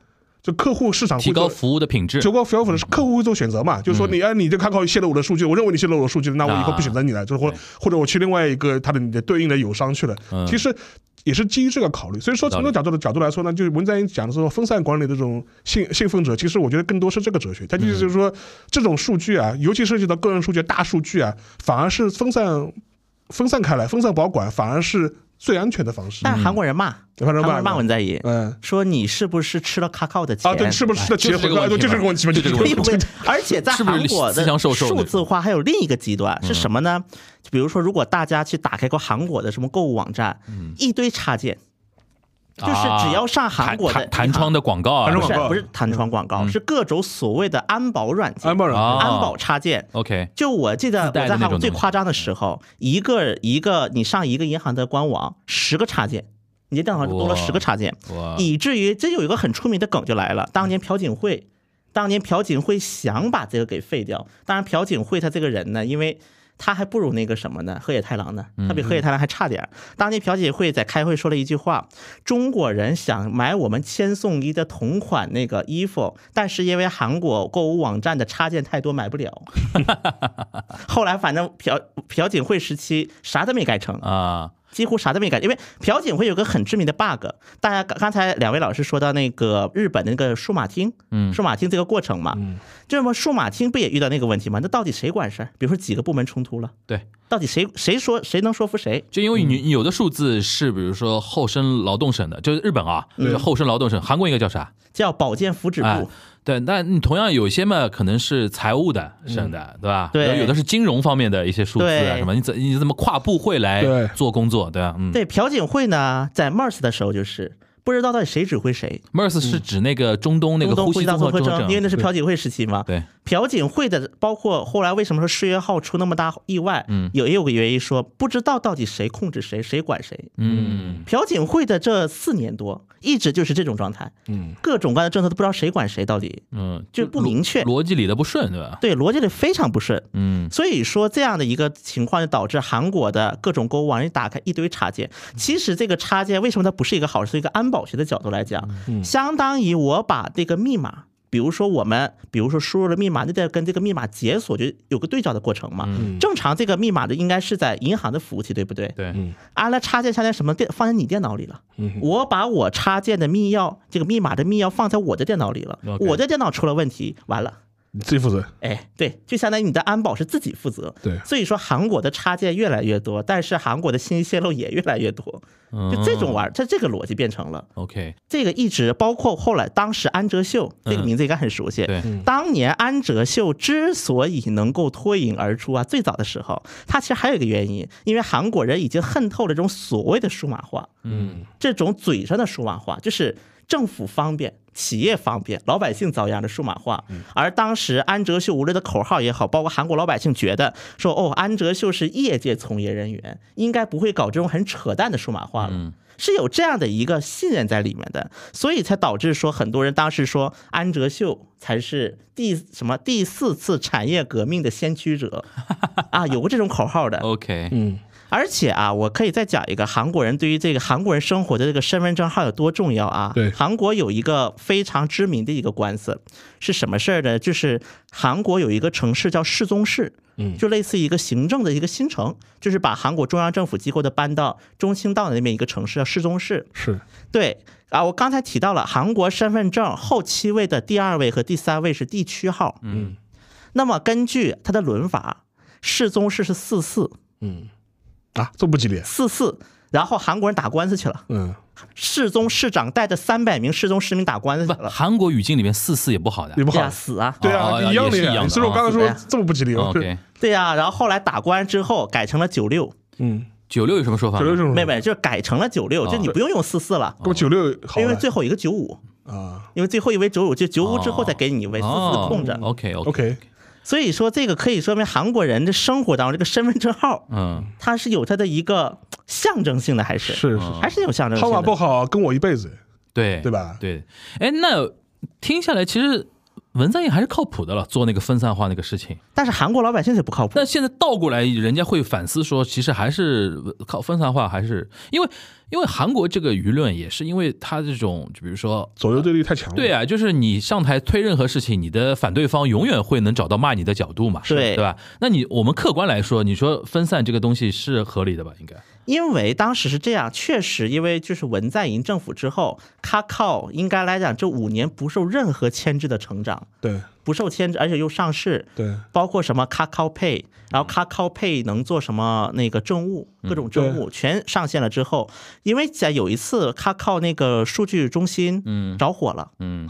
Speaker 4: 就客户市场会
Speaker 5: 提高
Speaker 4: 做
Speaker 5: 服务的品质
Speaker 4: 九。高 f e 的是客户会做选择嘛，就是说你哎，你这 Kakao 泄露我的数据，我认为你泄露我的数据了，那我以后不选择你了，就是或或者我去另外一个他的你的对应的友商去了
Speaker 5: 嗯。
Speaker 4: 其实也是基于这个考虑，所以说从这个角度的角度来说呢，就是文在寅讲的时候分散管理的这种信信奉者，其实我觉得更多是这个哲学，他就是说这种数据啊，尤其涉及到个人数据、大数据啊，反而是分散分散开来、分散保管，反而是最安全的方式。
Speaker 6: 但韩国人骂，
Speaker 4: 嗯韩国人骂
Speaker 6: 人骂文在寅，
Speaker 4: 嗯
Speaker 6: 说你是不是吃了 Kakao 的钱？
Speaker 4: 啊，对，是不是是的
Speaker 5: 就是哎这
Speaker 4: 结合哎
Speaker 5: 个问题嘛
Speaker 4: 就这个问题嘛，
Speaker 5: 就 这个问
Speaker 6: 会
Speaker 5: 题
Speaker 6: 不会？而且在
Speaker 5: 是不是
Speaker 6: 韩国
Speaker 5: 思想
Speaker 6: 的
Speaker 5: 受受那
Speaker 6: 数
Speaker 5: 种
Speaker 6: 字化还有另一个极
Speaker 5: 嗯
Speaker 6: 端是什么呢？就比如说，如果大家去打开过韩国的什么购物网站，
Speaker 5: 嗯
Speaker 6: 一堆插件，就是只要上韩国的
Speaker 5: 啊弹弹弹窗的嗯广告啊，
Speaker 4: 弹
Speaker 6: 不
Speaker 4: 窗
Speaker 6: 是
Speaker 4: 广告
Speaker 6: 不是弹窗广告，是各种所谓的安保软件、
Speaker 4: 安保人。
Speaker 5: 啊
Speaker 6: 安保插件。
Speaker 5: OK，
Speaker 6: 就我记得
Speaker 5: 自
Speaker 6: 我
Speaker 5: 带的
Speaker 6: 在
Speaker 5: 那
Speaker 6: 韩国
Speaker 5: 种
Speaker 6: 最
Speaker 5: 东西
Speaker 6: 夸张的时候，一个一个你上一个银行的官网，十个插件，你的电脑上多了十
Speaker 5: 哇
Speaker 6: 个插件，
Speaker 5: 哇，
Speaker 6: 以至于这有一个很出名的梗就来了，当年朴槿惠，当年朴槿惠想把这个给废掉，当然朴槿惠她这个人呢，因为。她还不如那个什么呢？河野太郎呢？她比河野太郎还差点儿。当年朴槿惠在开会说了一句话：“中国人想买我们千颂伊的同款那个衣服，但是因为韩国购物网站的插件太多，买不了。” 后来反正朴朴槿惠时期啥都没改成，
Speaker 5: 啊，
Speaker 6: 几乎啥都没改，因为朴槿惠有个很致命的 bug，大家刚刚才两位老师说到那个日本的那个数码厅，嗯，数码厅这个过程嘛，嗯，这么数码厅不也遇到那个问题吗？那到底谁管事儿？比如说几个部门冲突了，
Speaker 5: 对，
Speaker 6: 到底谁谁说谁能说服谁？
Speaker 5: 就因为你
Speaker 6: 嗯
Speaker 5: 你有的数字是比如说厚生劳动省的，就是日本啊，
Speaker 6: 嗯
Speaker 5: 就厚生劳动省，韩国应该叫啥？
Speaker 6: 叫保健福祉
Speaker 5: 哎
Speaker 6: 部，，
Speaker 5: 对，那你同样有些嘛，可能是财务的省的，对吧？
Speaker 6: 嗯对
Speaker 5: 有有的是金融方面的一些数字啊，
Speaker 6: 对
Speaker 5: 什么，你怎你怎么跨部会来
Speaker 4: 对
Speaker 5: 做工作，对吧？嗯
Speaker 6: 对，朴槿惠呢，在 MERS 的时候就是不知道到底谁指挥谁，
Speaker 5: ，MERS 是指那个中东那个
Speaker 6: 嗯中东
Speaker 5: 呼
Speaker 6: 呼
Speaker 5: 吸
Speaker 6: 道
Speaker 5: 综合
Speaker 6: 综合
Speaker 5: 症
Speaker 6: 征，因为那是朴槿惠时期嘛，
Speaker 5: 对，
Speaker 6: 朴槿惠的，包括后来为什么说世越号出那么大意外，嗯，有也有个原因说不知道到底谁控制谁，谁管谁。
Speaker 5: 嗯，
Speaker 6: 朴槿惠的这四年多一直就是这种状态，嗯，各种各样的政策都不知道谁管谁到底，
Speaker 5: 嗯，
Speaker 6: 就不明确
Speaker 5: 逻辑理的不顺，对吧？
Speaker 6: 对逻辑里非常不顺。
Speaker 5: 嗯，
Speaker 6: 所以说这样的一个情况就导致韩国的各种购物网一打开一堆插件。其实这个插件为什么它不是一个好事？从一个安保学的角度来讲，相当于我把这个密码。比如说我们，比如说输入了密码，那得跟这个密码解锁就有个对照的过程嘛。正常这个密码的应该是在银行的服务器，对不对？
Speaker 5: 对，
Speaker 4: 嗯
Speaker 6: 安了啊插件插在什么电放在你电脑里了。我把我插件的密钥，这个密码的密钥放在我的电脑里了
Speaker 5: OK，
Speaker 6: 我的电脑出了问题，完了。
Speaker 4: 你自己负责。
Speaker 6: 哎，对，就相当于你的安保是自己负责。
Speaker 4: 对
Speaker 6: 所以说韩国的插件越来越多，但是韩国的信息泄露也越来越多，就这种玩，它这个逻辑变成了。
Speaker 5: OK，
Speaker 6: 这个一直包括后来，当时安哲秀这个名字应该很熟悉。
Speaker 5: 对嗯
Speaker 6: 当年安哲秀之所以能够脱颖而出啊，最早的时候，他其实还有一个原因，因为韩国人已经恨透了这种所谓的数码化，嗯，这种嘴上的数码化，就是政府方便。企业方便，老百姓遭殃的数码化。而当时安哲秀无论的口号也好，包括韩国老百姓觉得说，哦，安哲秀是业界从业人员，应该不会搞这种很扯淡的数码化了。是有这样的一个信任在里面的，所以才导致说很多人当时说安哲秀才是第什么第四次产业革命的先驱者啊，有过这种口号的。
Speaker 5: OK，
Speaker 6: 而且啊，我可以再讲一个韩国人对于这个韩国人生活的这个身份证号有多重要啊。
Speaker 4: 对
Speaker 6: 韩国有一个非常知名的一个官司，是什么事儿呢？就是韩国有一个城市叫世宗市，嗯，就类似于一个行政的一个新城，就是把韩国中央政府机构的搬到中兴道那边一个城市叫世宗市。
Speaker 4: 是，
Speaker 6: 对啊，我刚才提到了韩国身份证后七位的第二位和第三位是地区号，嗯，那么根据它的轮法，世宗市是四四
Speaker 4: 嗯，啊，这么不吉利，
Speaker 6: 四四，然后韩国人打官司去了，
Speaker 4: 嗯，
Speaker 6: 世宗市长带着三百名世宗市民打官司
Speaker 5: 不
Speaker 6: 去，了，
Speaker 5: 韩国语境里面四四也不好的
Speaker 4: 也不
Speaker 6: 对
Speaker 4: 好
Speaker 6: 呀，。死啊，
Speaker 4: 对啊
Speaker 5: 哦，哦
Speaker 4: 一样的
Speaker 5: 也是一样
Speaker 4: 呀。
Speaker 5: 的
Speaker 4: 所以我刚才
Speaker 6: 哦
Speaker 4: 说
Speaker 6: 是的呀
Speaker 4: 这么不吉利，
Speaker 5: 哦
Speaker 4: 我
Speaker 5: ，OK，
Speaker 6: 对呀、然后后来打官之后改成了九六，
Speaker 4: 嗯，
Speaker 5: 九六有什么说法
Speaker 4: 九
Speaker 5: 吗？
Speaker 4: 六这种，
Speaker 6: 妹妹就是改成了九六，就你不用用四四了，
Speaker 4: 跟九六哦好
Speaker 6: 因为
Speaker 4: 了
Speaker 6: 最后一个九五，
Speaker 4: 啊
Speaker 6: 因为最后一位九五就九五之
Speaker 4: 哦
Speaker 6: 后再给你一位四四空着。
Speaker 5: 哦 OK OK，
Speaker 4: ，OK，
Speaker 6: 所以说，这个可以说明韩国人的生活当中，这个身份证号，
Speaker 5: 嗯，
Speaker 6: 它是有它的一个嘖象征性的，还是
Speaker 4: 是
Speaker 5: 嗯
Speaker 4: 是，
Speaker 6: 还是有象征性
Speaker 4: 号码
Speaker 6: 的。
Speaker 4: 不好跟我一辈子，
Speaker 5: 对
Speaker 4: 对吧
Speaker 5: 对，哎，那听下来其实。文在寅还是靠谱的了，做那个分散化那个事情。
Speaker 6: 但是韩国老百姓就不靠谱
Speaker 5: 但。现在倒过来，人家会反思说，其实还是靠分散化，还是因为因为韩国这个舆论也是因为他这种，就比如说
Speaker 4: 左右对立太强了。
Speaker 5: 对啊，就是你上台推任何事情，你的反对方永远会能找到骂你的角度嘛，
Speaker 6: 对
Speaker 5: 对吧？那你我们客观来说，你说分散这个东西是合理的吧？应该
Speaker 6: 因为当时是这样，确实，因为就是文在寅政府之后，他靠应该来讲这五年不受任何牵制的成长，
Speaker 4: 对
Speaker 6: 不受牵制，而且又上市，
Speaker 4: 对
Speaker 6: 包括什么 Kakao Pay，然后 Kakao Pay 能做什么那个政务，
Speaker 4: 嗯
Speaker 6: 各种政务全上线了之后，因为在有一次 Kakao 那个数据中心
Speaker 5: 嗯
Speaker 6: 着火了，
Speaker 5: 嗯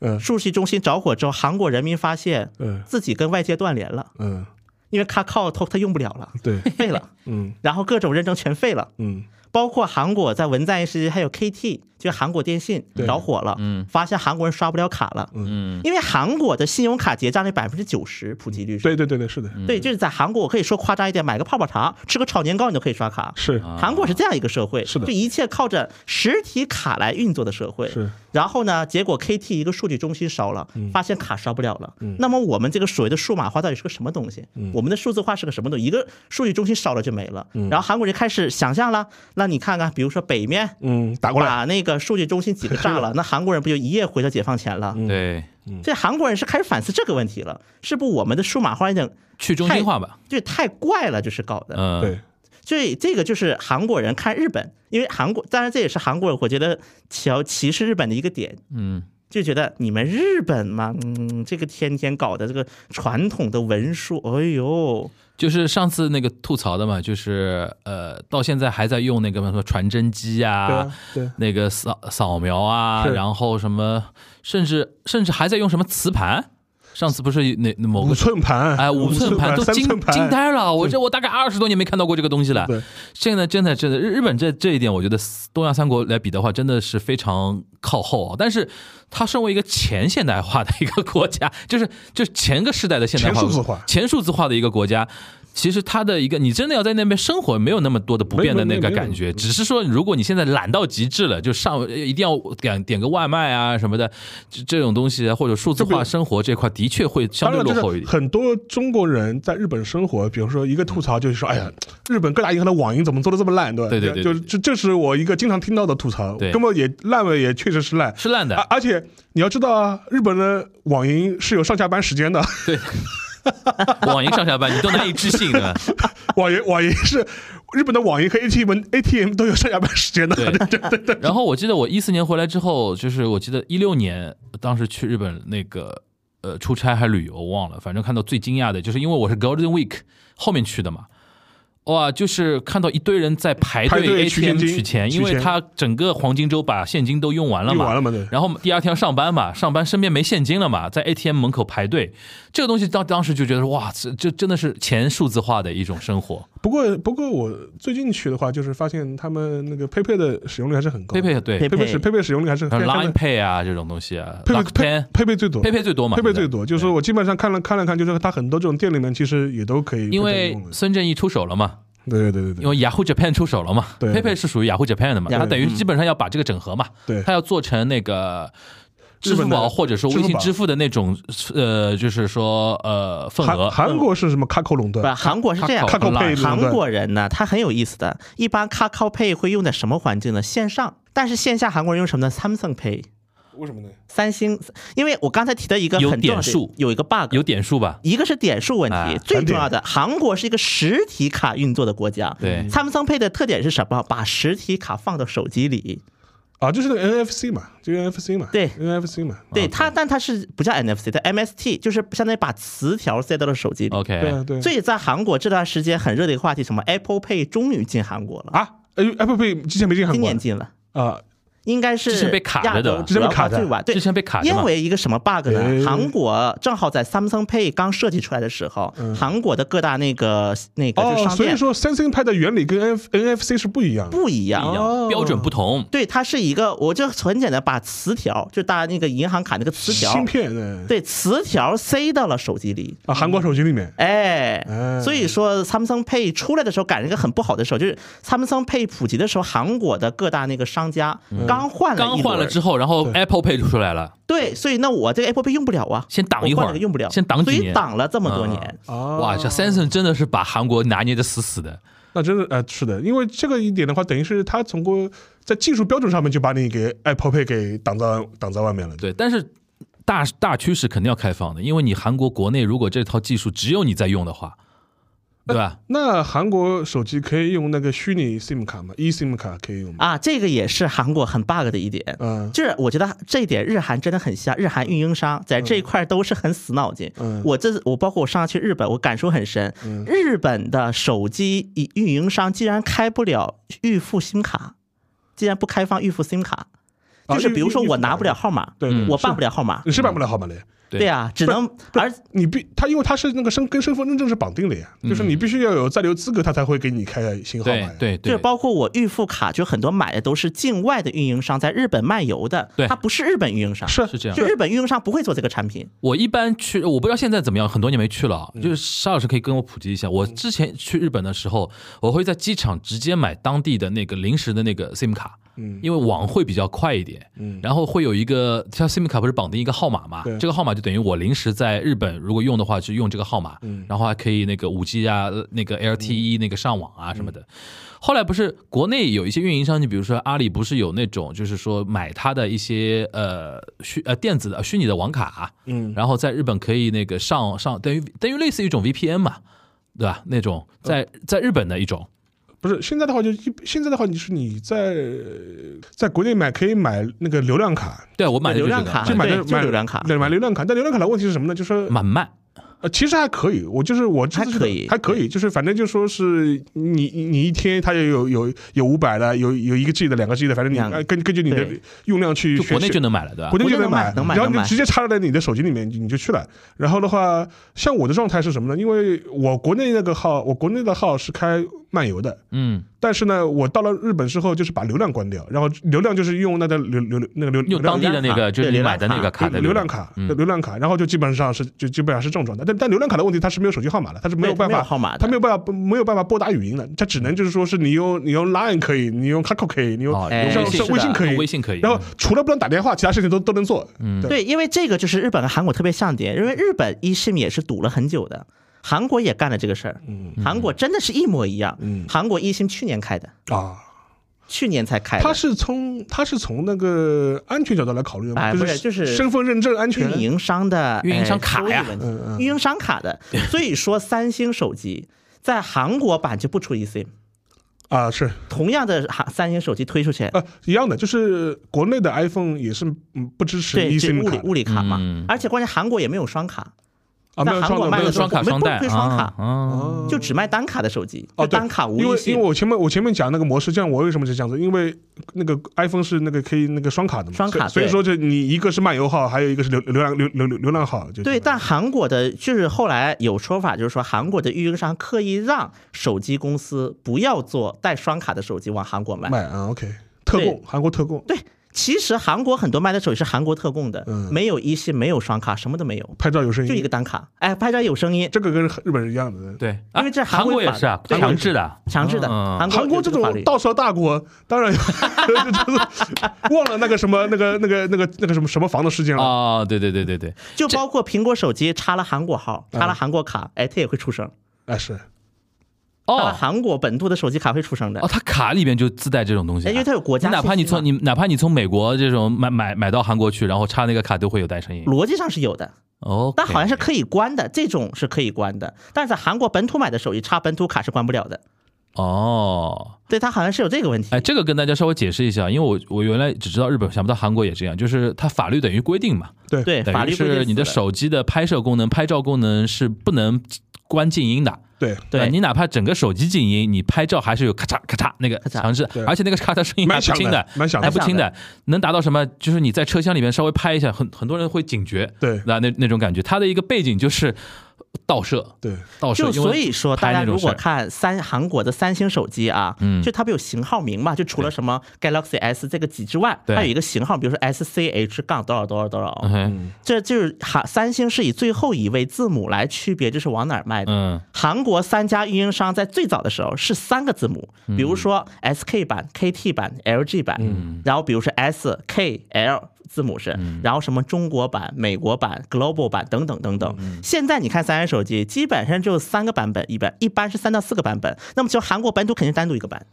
Speaker 4: 嗯
Speaker 6: 数据中心着火之后，韩国人民发现
Speaker 4: 嗯
Speaker 6: 自己跟外界断联了，
Speaker 4: 嗯，
Speaker 6: 因为 Kakao 它它用不了了，
Speaker 4: 对，
Speaker 6: 废了，
Speaker 4: 嗯
Speaker 6: 然后各种认证全废了。
Speaker 4: 嗯
Speaker 6: 包括韩国在文在寅时期，还有 KT，就是韩国电信
Speaker 4: 对
Speaker 6: 着火了，
Speaker 5: 嗯
Speaker 6: 发现韩国人刷不了卡了，
Speaker 5: 嗯
Speaker 6: 因为韩国的信用卡结账率百分之九十普及率是，
Speaker 4: 对对对对，是的，
Speaker 5: 嗯
Speaker 6: 对，就是在韩国，我可以说夸张一点，买个泡泡茶，吃个炒年糕，你就可以刷卡。
Speaker 4: 是
Speaker 5: 啊
Speaker 6: 韩国是这样一个社会，
Speaker 4: 啊是的
Speaker 6: 就一切靠着实体卡来运作的社会。
Speaker 4: 是。嗯
Speaker 6: 然后呢，结果 KT 一个数据中心烧了，发现卡烧不了了。那么我们这个所谓的数码化到底是个什么东西？
Speaker 4: 嗯
Speaker 6: 我们的数字化是个什么东西？一个数据中心烧了就没了。然后韩国人开始想象了，那你看看，比如说北面。
Speaker 4: 嗯，打过来，
Speaker 6: 把那个数据中心几个炸 了，那韩国人不就一夜回到解放前
Speaker 4: 嗯
Speaker 6: 了？
Speaker 5: 对，
Speaker 6: 所以韩国人是开始反思这个问题了，是不我们的数码化已经
Speaker 5: 去中心化吧，
Speaker 6: 对，太怪了，就是搞的。
Speaker 5: 嗯，
Speaker 4: 对，
Speaker 6: 所以这个就是韩国人看日本，因为韩国，当然这也是韩国人我觉得瞧歧视日本的一个点，
Speaker 5: 嗯
Speaker 6: 就觉得你们日本嘛，嗯，这个天天搞的这个传统的文书，哎呦，
Speaker 5: 就是上次那个吐槽的嘛，就是呃，到现在还在用那个什么传真机
Speaker 4: 对
Speaker 5: 啊
Speaker 4: 啊，对
Speaker 5: 那个扫扫描啊，
Speaker 4: 是
Speaker 5: 然后什么，甚至甚至还在用什么磁盘。上次不是那那某
Speaker 4: 五
Speaker 5: 个
Speaker 4: 寸盘，
Speaker 5: 哎，五寸盘都
Speaker 4: 三
Speaker 5: 惊
Speaker 4: 寸
Speaker 5: 惊
Speaker 4: 盘，
Speaker 5: 呆了，我这我大概二十多年没看到过这个东西了
Speaker 4: 对。
Speaker 5: 现在真的真的，日日本这这一点，我觉得东亚三国来比的话，真的是非常靠后啊。但是它身为一个前现代化的一个国家，就是就是前个世代的现代化、
Speaker 4: 前数字化
Speaker 5: 前数字化的一个国家。其实它的一个，你真的要在那边生活，没有那么多的不便的那个
Speaker 4: 没有没有嗯
Speaker 5: 感觉，只是说，如果你现在懒到极致了，就上一定要点点个外卖啊什么的，这这种东西啊，或者数字
Speaker 4: 这
Speaker 5: 化
Speaker 4: 不
Speaker 5: 生活这块，的确会相
Speaker 4: 当
Speaker 5: 对落
Speaker 4: 然就
Speaker 5: 后一
Speaker 4: 是
Speaker 5: 点。
Speaker 4: 很多中国人在日本生活，比如说一个吐槽就是说，哎呀，日本各大银行的网银怎么做的这么烂，对吧？
Speaker 5: 嗯对对对
Speaker 4: 就
Speaker 5: 对
Speaker 4: 这这是我一个经常听到的吐槽，
Speaker 5: 对
Speaker 4: 根本也烂尾也确实是烂，
Speaker 5: 是烂的
Speaker 4: 啊，而且你要知道啊，日本的网银是有上下班 时间的，
Speaker 5: 对，网银上下班你都难以置信，对吧？
Speaker 4: 网银网银是日本的网银和 ATM ATM 都有上下班时间的，
Speaker 5: 对
Speaker 4: 对 对对，
Speaker 5: 然后我记得我一四年回来之后，就是我记得一六年当时去日本那个呃出差还是旅游我忘了，反正看到最惊讶的就是因为我是 Golden Week 后面去的嘛。哇，就是看到一堆人在排
Speaker 4: 排队
Speaker 5: 队
Speaker 4: 取现
Speaker 5: ATM
Speaker 4: 金
Speaker 5: 取钱，
Speaker 4: 取
Speaker 5: 因为
Speaker 4: 钱
Speaker 5: 他整个黄金周把现金都用完了
Speaker 4: 用
Speaker 5: 嘛，
Speaker 4: 完了嘛？对，
Speaker 5: 然后第二天要上班嘛，上班身边没现金了嘛，在 ATM 门口排队，这个东西当当时就觉得哇，这这真的是钱数字化的一种生活。
Speaker 4: 不过不过我最近去的话，就是发现他们那个 PayPay 的使用率还是很高
Speaker 5: 佩佩对，
Speaker 6: 佩
Speaker 5: 佩
Speaker 4: ，PayPay 使 PayPay 使用率还 是非常
Speaker 5: Line
Speaker 4: 的
Speaker 5: Pay 啊这种东西啊
Speaker 4: PayPay
Speaker 5: ，Pay
Speaker 4: 佩佩最多，
Speaker 5: 佩佩最多嘛，
Speaker 4: 佩佩最
Speaker 5: 对不对
Speaker 4: 多。就是说我基本上看了看了看，就是它很多这种店里面其实也都可以
Speaker 5: 因
Speaker 4: PayPay
Speaker 5: 为
Speaker 4: 用的
Speaker 5: 孙正义出手了嘛，
Speaker 4: 对对对对
Speaker 5: 因为 Yahoo Japan 出手了嘛，
Speaker 4: 对嗯
Speaker 5: 佩佩是属于 Yahoo Japan 的嘛，
Speaker 6: Yahoo
Speaker 5: 它等于基本上要把这个整合嘛，
Speaker 4: 对
Speaker 5: 它要做成那个。支
Speaker 4: 日本的
Speaker 5: 付宝或者说微
Speaker 4: 支付
Speaker 5: 信
Speaker 4: 宝
Speaker 5: 支付的那种，呃，就是说呃份
Speaker 4: 对，韩
Speaker 5: 额，
Speaker 4: 韩国是什
Speaker 5: 嗯
Speaker 4: 么 Kakao 垄
Speaker 6: 不，
Speaker 5: 啊
Speaker 4: 断？
Speaker 6: 韩国是这样，
Speaker 5: 卡
Speaker 4: 卡口配
Speaker 6: 韩国人呢，他很有意思的，一般 k a k a o Pay 会用在什么环境呢？线上，但是线下韩国人用什么呢？Samsung Pay。
Speaker 4: 为什么呢？
Speaker 6: 三星，因为我刚才提到一个
Speaker 5: 有
Speaker 6: 很重要的
Speaker 5: 点数
Speaker 6: 有一个 bug，
Speaker 5: 有点数吧？
Speaker 6: 一个是点数问题，
Speaker 5: 哎
Speaker 6: 最重要的，韩国是一个实体卡运作的国家。
Speaker 5: 对
Speaker 6: ，Samsung Pay 的特点是什么？把实体卡放到手机里。
Speaker 4: 啊，就是那个 NFC 嘛，就 NFC 嘛，
Speaker 6: 对
Speaker 4: ，NFC 嘛，
Speaker 6: 对它，但它是不叫 NFC 的，MST 就是相当于把磁条塞到了手机里。
Speaker 5: OK，
Speaker 4: 对啊对啊。
Speaker 6: 所以在韩国这段时间很热的一个话题，什么 Apple Pay 终于进韩国了，
Speaker 4: 啊，哎，Apple Pay 之前没进韩
Speaker 6: 今
Speaker 4: 国
Speaker 6: 年进了。
Speaker 4: 啊，
Speaker 6: 应该是
Speaker 5: 之前被卡
Speaker 6: 亚
Speaker 5: 着的
Speaker 6: 洲
Speaker 4: 之前被
Speaker 6: 主要
Speaker 4: 卡着
Speaker 6: 最晚，对，
Speaker 5: 之前被卡着
Speaker 6: 因
Speaker 5: 嘛
Speaker 6: 为一个什么 bug
Speaker 4: 哎
Speaker 6: 呢？韩国正好在 Samsung Pay 刚设计出来的时候，
Speaker 5: 嗯
Speaker 6: 韩国的各大那个那
Speaker 5: 呃
Speaker 6: 个就是
Speaker 4: 哦，
Speaker 6: 商
Speaker 4: 所以
Speaker 6: 店
Speaker 4: 说 Sensing Pad 的原理跟 N NFC 是不一样的。
Speaker 6: 不一样
Speaker 5: 一。样，
Speaker 4: 哦
Speaker 5: 标准不同。
Speaker 6: 对，它是一个，我就很简单，把磁条，就大家那个银行卡那个磁条
Speaker 4: 芯，片的
Speaker 6: 对，磁条塞到了手机里。
Speaker 4: 啊，韩国手机里面
Speaker 6: 哎
Speaker 4: 哎，
Speaker 6: 所以说 Samsung Pay 出来的时候赶上一个很不好的时候，就是 Samsung Pay 普及的时候，韩国的各大那个商家
Speaker 4: 嗯
Speaker 6: 刚换了一
Speaker 5: 刚换了
Speaker 6: 轮
Speaker 5: 之后，然后 Apple Pay 就出来了，
Speaker 6: 对，所以那我这个 Apple Pay 用不了啊，
Speaker 5: 先挡一会
Speaker 6: 我
Speaker 5: 儿
Speaker 6: 换了个用不了，
Speaker 5: 先挡几
Speaker 6: 所以
Speaker 5: 年嗯
Speaker 6: 挡了这么多年。
Speaker 4: 啊，
Speaker 5: 哇，这 Samsung 真的是把韩国拿捏的死死的。
Speaker 4: 那真的呃是的，因为这个一点的话，等于是它通过在技术标准上面就把你给 Apple Pay 给挡在挡在外面了。
Speaker 5: 对，但是大大趋势肯定要开放的，因为你韩国国内如果这套技术只有你在用的话，对 吧？
Speaker 4: 那韩国手机可以用那个虚拟 SIM 卡吗？eSIM 卡可以用吗？
Speaker 6: 啊，这个也是韩国很 bug 的一点。
Speaker 4: 嗯
Speaker 6: 就是我觉得这一点日韩真的很像，日韩运营商在这一块都是很死脑筋。
Speaker 4: 嗯
Speaker 6: 我这我包括我上次去日本，我感受很深。日本的手机运营商竟然开不了预付 SIM 卡，竟然不开放预付 SIM 卡，
Speaker 4: 啊
Speaker 6: 就是比如说
Speaker 4: 预预付
Speaker 6: 我
Speaker 4: 卡
Speaker 6: 拿不了号码，
Speaker 4: 对对
Speaker 6: 我办不了号码
Speaker 4: 你，是办不了号码的，
Speaker 5: 对
Speaker 6: 对啊，只能而
Speaker 4: 你必他因为他是那个身跟身份认证是绑定的呀，就是你必须要有在留资格，他才会给你开新号码
Speaker 5: 对
Speaker 4: 呀。
Speaker 5: 对
Speaker 6: 就是
Speaker 5: 对，
Speaker 6: 包括我预付卡，就很多买的都是境外的运营商在日本漫游的，
Speaker 5: 对
Speaker 6: 它不是日本运营商，
Speaker 4: 是
Speaker 5: 是这样
Speaker 6: 就。日本运营商不会做这个产品。
Speaker 5: 我一般去，我不知道现在怎么样，很多年没去了
Speaker 4: 嗯
Speaker 5: 啊。就是沙老师可以跟我普及一下，我之前去日本的时候，我会在机场直接买当地的那个临时的那个 SIM 卡，
Speaker 4: 嗯
Speaker 5: 因为网会比较快一点，
Speaker 4: 嗯
Speaker 5: 然后会有一个，它 SIM 卡不是绑定一个号码嘛
Speaker 4: 对？
Speaker 5: 这个号码就等于我临时在日本如果用的话，就用这个号码，
Speaker 4: 嗯
Speaker 5: 然后还可以那个五 G 啊，呃那个 LTE 那个上网啊什
Speaker 4: 嗯
Speaker 5: 么的。后来不是国内有一些运营商，你比如说阿里，不是有那种就是说买它的一些呃虚呃电子的虚拟的网卡，啊
Speaker 4: 嗯，
Speaker 5: 然后在日本可以那个上上等于等于类似于一种 VPN 嘛，对吧？那种在
Speaker 6: 嗯
Speaker 5: 在日本的一种，
Speaker 4: 不是现在的话就一现在的话，你是你在在国内买可以买那个流量卡，
Speaker 5: 对我买的
Speaker 6: 流
Speaker 5: 啊就是
Speaker 6: 量
Speaker 5: 这个
Speaker 6: 卡
Speaker 5: 买的
Speaker 4: 就买
Speaker 6: 对
Speaker 4: 那
Speaker 6: 就
Speaker 4: 买
Speaker 6: 流量卡
Speaker 4: 对，买流量卡。但流量卡的问题是什么呢？就是说
Speaker 5: 蛮慢，
Speaker 4: 呃，其实还可以，我就是我这次去的
Speaker 6: 还可以
Speaker 4: 还可以，就是反正就说是你你你一天它也有有有五百的，有有一个 G 的，两个 G 的，反正你
Speaker 6: 两个
Speaker 4: 按根根据你的
Speaker 6: 对
Speaker 4: 用量去
Speaker 5: 就
Speaker 4: 选
Speaker 5: 国内
Speaker 4: 选
Speaker 5: 就能买了，对吧
Speaker 4: 国？内
Speaker 6: 国
Speaker 4: 就
Speaker 6: 内能
Speaker 4: 买
Speaker 6: 买，能买
Speaker 4: 然后
Speaker 6: 能
Speaker 4: 你
Speaker 6: 买
Speaker 4: 直接插在你的手机里面，你你就去了。然后的话，像我的状态是什么呢？因为我国内那个号，我国内的号是开漫游的，
Speaker 5: 嗯，
Speaker 4: 但是呢，我到了日本之后，就是把流量关掉，然后流量就是用那个流流那个流流
Speaker 5: 用当
Speaker 4: 量
Speaker 5: 地的那个
Speaker 6: 流量卡
Speaker 5: 就是你买的那个卡的
Speaker 4: 流量卡，
Speaker 5: 嗯
Speaker 4: 流量卡，然后就基本上是就基本上是这种状态。但但流量卡的问题，它是没有手机号码的，它是没有
Speaker 6: 对
Speaker 4: 办
Speaker 6: 没
Speaker 4: 法
Speaker 6: 有号码的
Speaker 4: 它没有办法没有办法拨打语音的，它只能就是说是你用你用 Line 可以，你用 QQ 可以，你用
Speaker 5: 哦
Speaker 4: 像
Speaker 6: 微信
Speaker 4: 像
Speaker 6: 哎是
Speaker 4: 微信
Speaker 6: 的
Speaker 4: 可以，
Speaker 5: 微信可以
Speaker 4: 然后除了不能打电话，其他事情都都能做。嗯，
Speaker 6: 对，因为这个就是日本和韩国特别像点，因为日本 eSIM 也是堵了很久的，韩国也干了这个事儿。
Speaker 4: 嗯
Speaker 6: 韩国真的是一模一样。韩国 eSIM 去年开的，
Speaker 4: 啊。
Speaker 6: 去年才开的
Speaker 4: 他。是从他是从那个安全角度来考虑的吗？
Speaker 6: 哎不是就是
Speaker 4: 身份认证安全
Speaker 6: 运。营商的
Speaker 5: 运营
Speaker 6: 哎
Speaker 5: 商卡
Speaker 6: 收益
Speaker 5: 呀
Speaker 6: 问题
Speaker 4: 嗯
Speaker 6: 运营商卡的。所以说，三星手机在韩国版就不出 eSIM，
Speaker 4: 啊，是
Speaker 6: 同样的哈三星手机推出去，
Speaker 4: 呃一样的，就是国内的 iPhone 也是嗯不支持
Speaker 6: 对，这
Speaker 4: eSIM
Speaker 6: 物理
Speaker 4: 卡
Speaker 6: 物理卡嘛
Speaker 5: 嗯，
Speaker 6: 而且关键韩国也没有双卡，
Speaker 4: 啊，没有
Speaker 6: 在韩
Speaker 4: 双卡
Speaker 6: 国卖
Speaker 4: 没有
Speaker 6: 的
Speaker 5: 双
Speaker 4: 双卡
Speaker 5: 卡双待
Speaker 6: 我们不推双卡
Speaker 5: 啊啊
Speaker 4: 哦
Speaker 6: 就只卖单卡的手机，
Speaker 4: 哦
Speaker 6: 就
Speaker 4: 对
Speaker 6: 单卡
Speaker 4: 因
Speaker 6: 无异
Speaker 4: 为因为
Speaker 6: 性。
Speaker 4: 我前面我前面讲那个模式，这样我为什么是这样子？因为那个 iPhone 是那个可以那个双卡的嘛，
Speaker 6: 双卡
Speaker 4: 所以所以
Speaker 6: 对
Speaker 4: 说就你一个是漫游号，还有一个是流流量流流流流量号，就
Speaker 6: 对，但韩国的就是后来有说法，就是说韩国的运营商刻意让手机公司不要做带双卡的手机往韩国卖。
Speaker 4: 卖啊 OK 特供
Speaker 6: 对
Speaker 4: 韩国特供
Speaker 6: 对，其实韩国很多卖的手机是韩国特供的，
Speaker 4: 嗯
Speaker 6: 没有一系，没有双卡，什么都没有，
Speaker 4: 拍照有声音，
Speaker 6: 就一个单卡。哎，拍照有声音，
Speaker 4: 这个跟日本人一样的。
Speaker 5: 对，
Speaker 6: 因为这
Speaker 5: 啊
Speaker 6: 韩
Speaker 5: 韩
Speaker 6: 国
Speaker 5: 国
Speaker 6: 也
Speaker 5: 也是啊，
Speaker 6: 反对
Speaker 5: 强制的，
Speaker 6: 强制的。
Speaker 5: 嗯
Speaker 6: 韩国
Speaker 4: 韩国
Speaker 6: 有
Speaker 4: 这
Speaker 6: 个法
Speaker 4: 种
Speaker 6: 律
Speaker 4: 倒车大国，当然有 就是忘了那个什么那个那个那个那个什么什么房的事件
Speaker 6: 嗯
Speaker 4: 了。
Speaker 5: 啊，对对对对对，
Speaker 6: 就包括苹果手机插了韩国号，插了韩国卡，哎，它也会出声。
Speaker 4: 哎，是
Speaker 6: 插了
Speaker 5: 哦
Speaker 6: 韩国本土的手机卡会出声的
Speaker 5: 哦，。它卡里边就自带这种东西啊，
Speaker 6: 哎因为它有国家
Speaker 5: 你哪怕你
Speaker 6: 信息嘛
Speaker 5: 从你哪怕你从美国这种买买买到韩国去，然后插那个卡都会有带声音。
Speaker 6: 逻辑上是有的，
Speaker 5: 哦，
Speaker 6: 但好像是可以关的，这种是可以关的。但是在韩国本土买的手机插本土卡是关不了的，
Speaker 5: 哦。
Speaker 6: 对，它好像是有这个问题。
Speaker 5: 哎，这个跟大家稍微解释一下，因为我我原来只知道日本，想不到韩国也这样，就是它法律等于规定嘛，
Speaker 4: 对
Speaker 6: 对，法
Speaker 5: 等于
Speaker 6: 律规定
Speaker 5: 是你的
Speaker 6: 死了，
Speaker 5: 手机的拍摄功能、拍照功能是不能关静音的。
Speaker 4: 对，
Speaker 5: 呃
Speaker 6: 对
Speaker 5: 你哪怕整个手机静音，你拍照还是有咔嚓咔嚓那个
Speaker 6: 嚓
Speaker 5: 强制
Speaker 4: 对，
Speaker 5: 而且那个咔嚓声音还
Speaker 4: 蛮
Speaker 5: 不
Speaker 4: 响
Speaker 5: 轻
Speaker 4: 的，蛮响
Speaker 5: 还
Speaker 4: 的
Speaker 5: 不。轻的，能达到什么？就是你在车厢里面稍微拍一下，很很多人会警觉，
Speaker 4: 对
Speaker 5: 那那那种感觉。它的一个背景就是倒摄，
Speaker 4: 对，
Speaker 5: 倒摄，
Speaker 6: 就
Speaker 5: 因为
Speaker 6: 所以说，大
Speaker 5: 拍
Speaker 6: 家
Speaker 5: 那种
Speaker 6: 如果
Speaker 5: 事儿
Speaker 6: 看三韩国的三星手机啊，
Speaker 5: 嗯
Speaker 6: 就它不有型号名嘛？就除了什么 Galaxy S 这个几之外，
Speaker 5: 对
Speaker 6: 它有一个型号，比如说 SCH 杠多少多少多
Speaker 5: 嗯
Speaker 6: 少，
Speaker 5: 哼
Speaker 6: 这就是韩三星是以最后一位字母来区别，就是往哪儿卖的。
Speaker 5: 嗯
Speaker 6: 韩国三家运营商在最早的时候是三个字母，比如说 SK 版、KT 版、LG 版，然后比如说 S、K、L 字母是，然后什么中国版、美国版、Global 版等等等等。现在你看三星手机，基本上就三个版本，一般一般是三到四个版本。那么就韩国本土肯定单独一个版，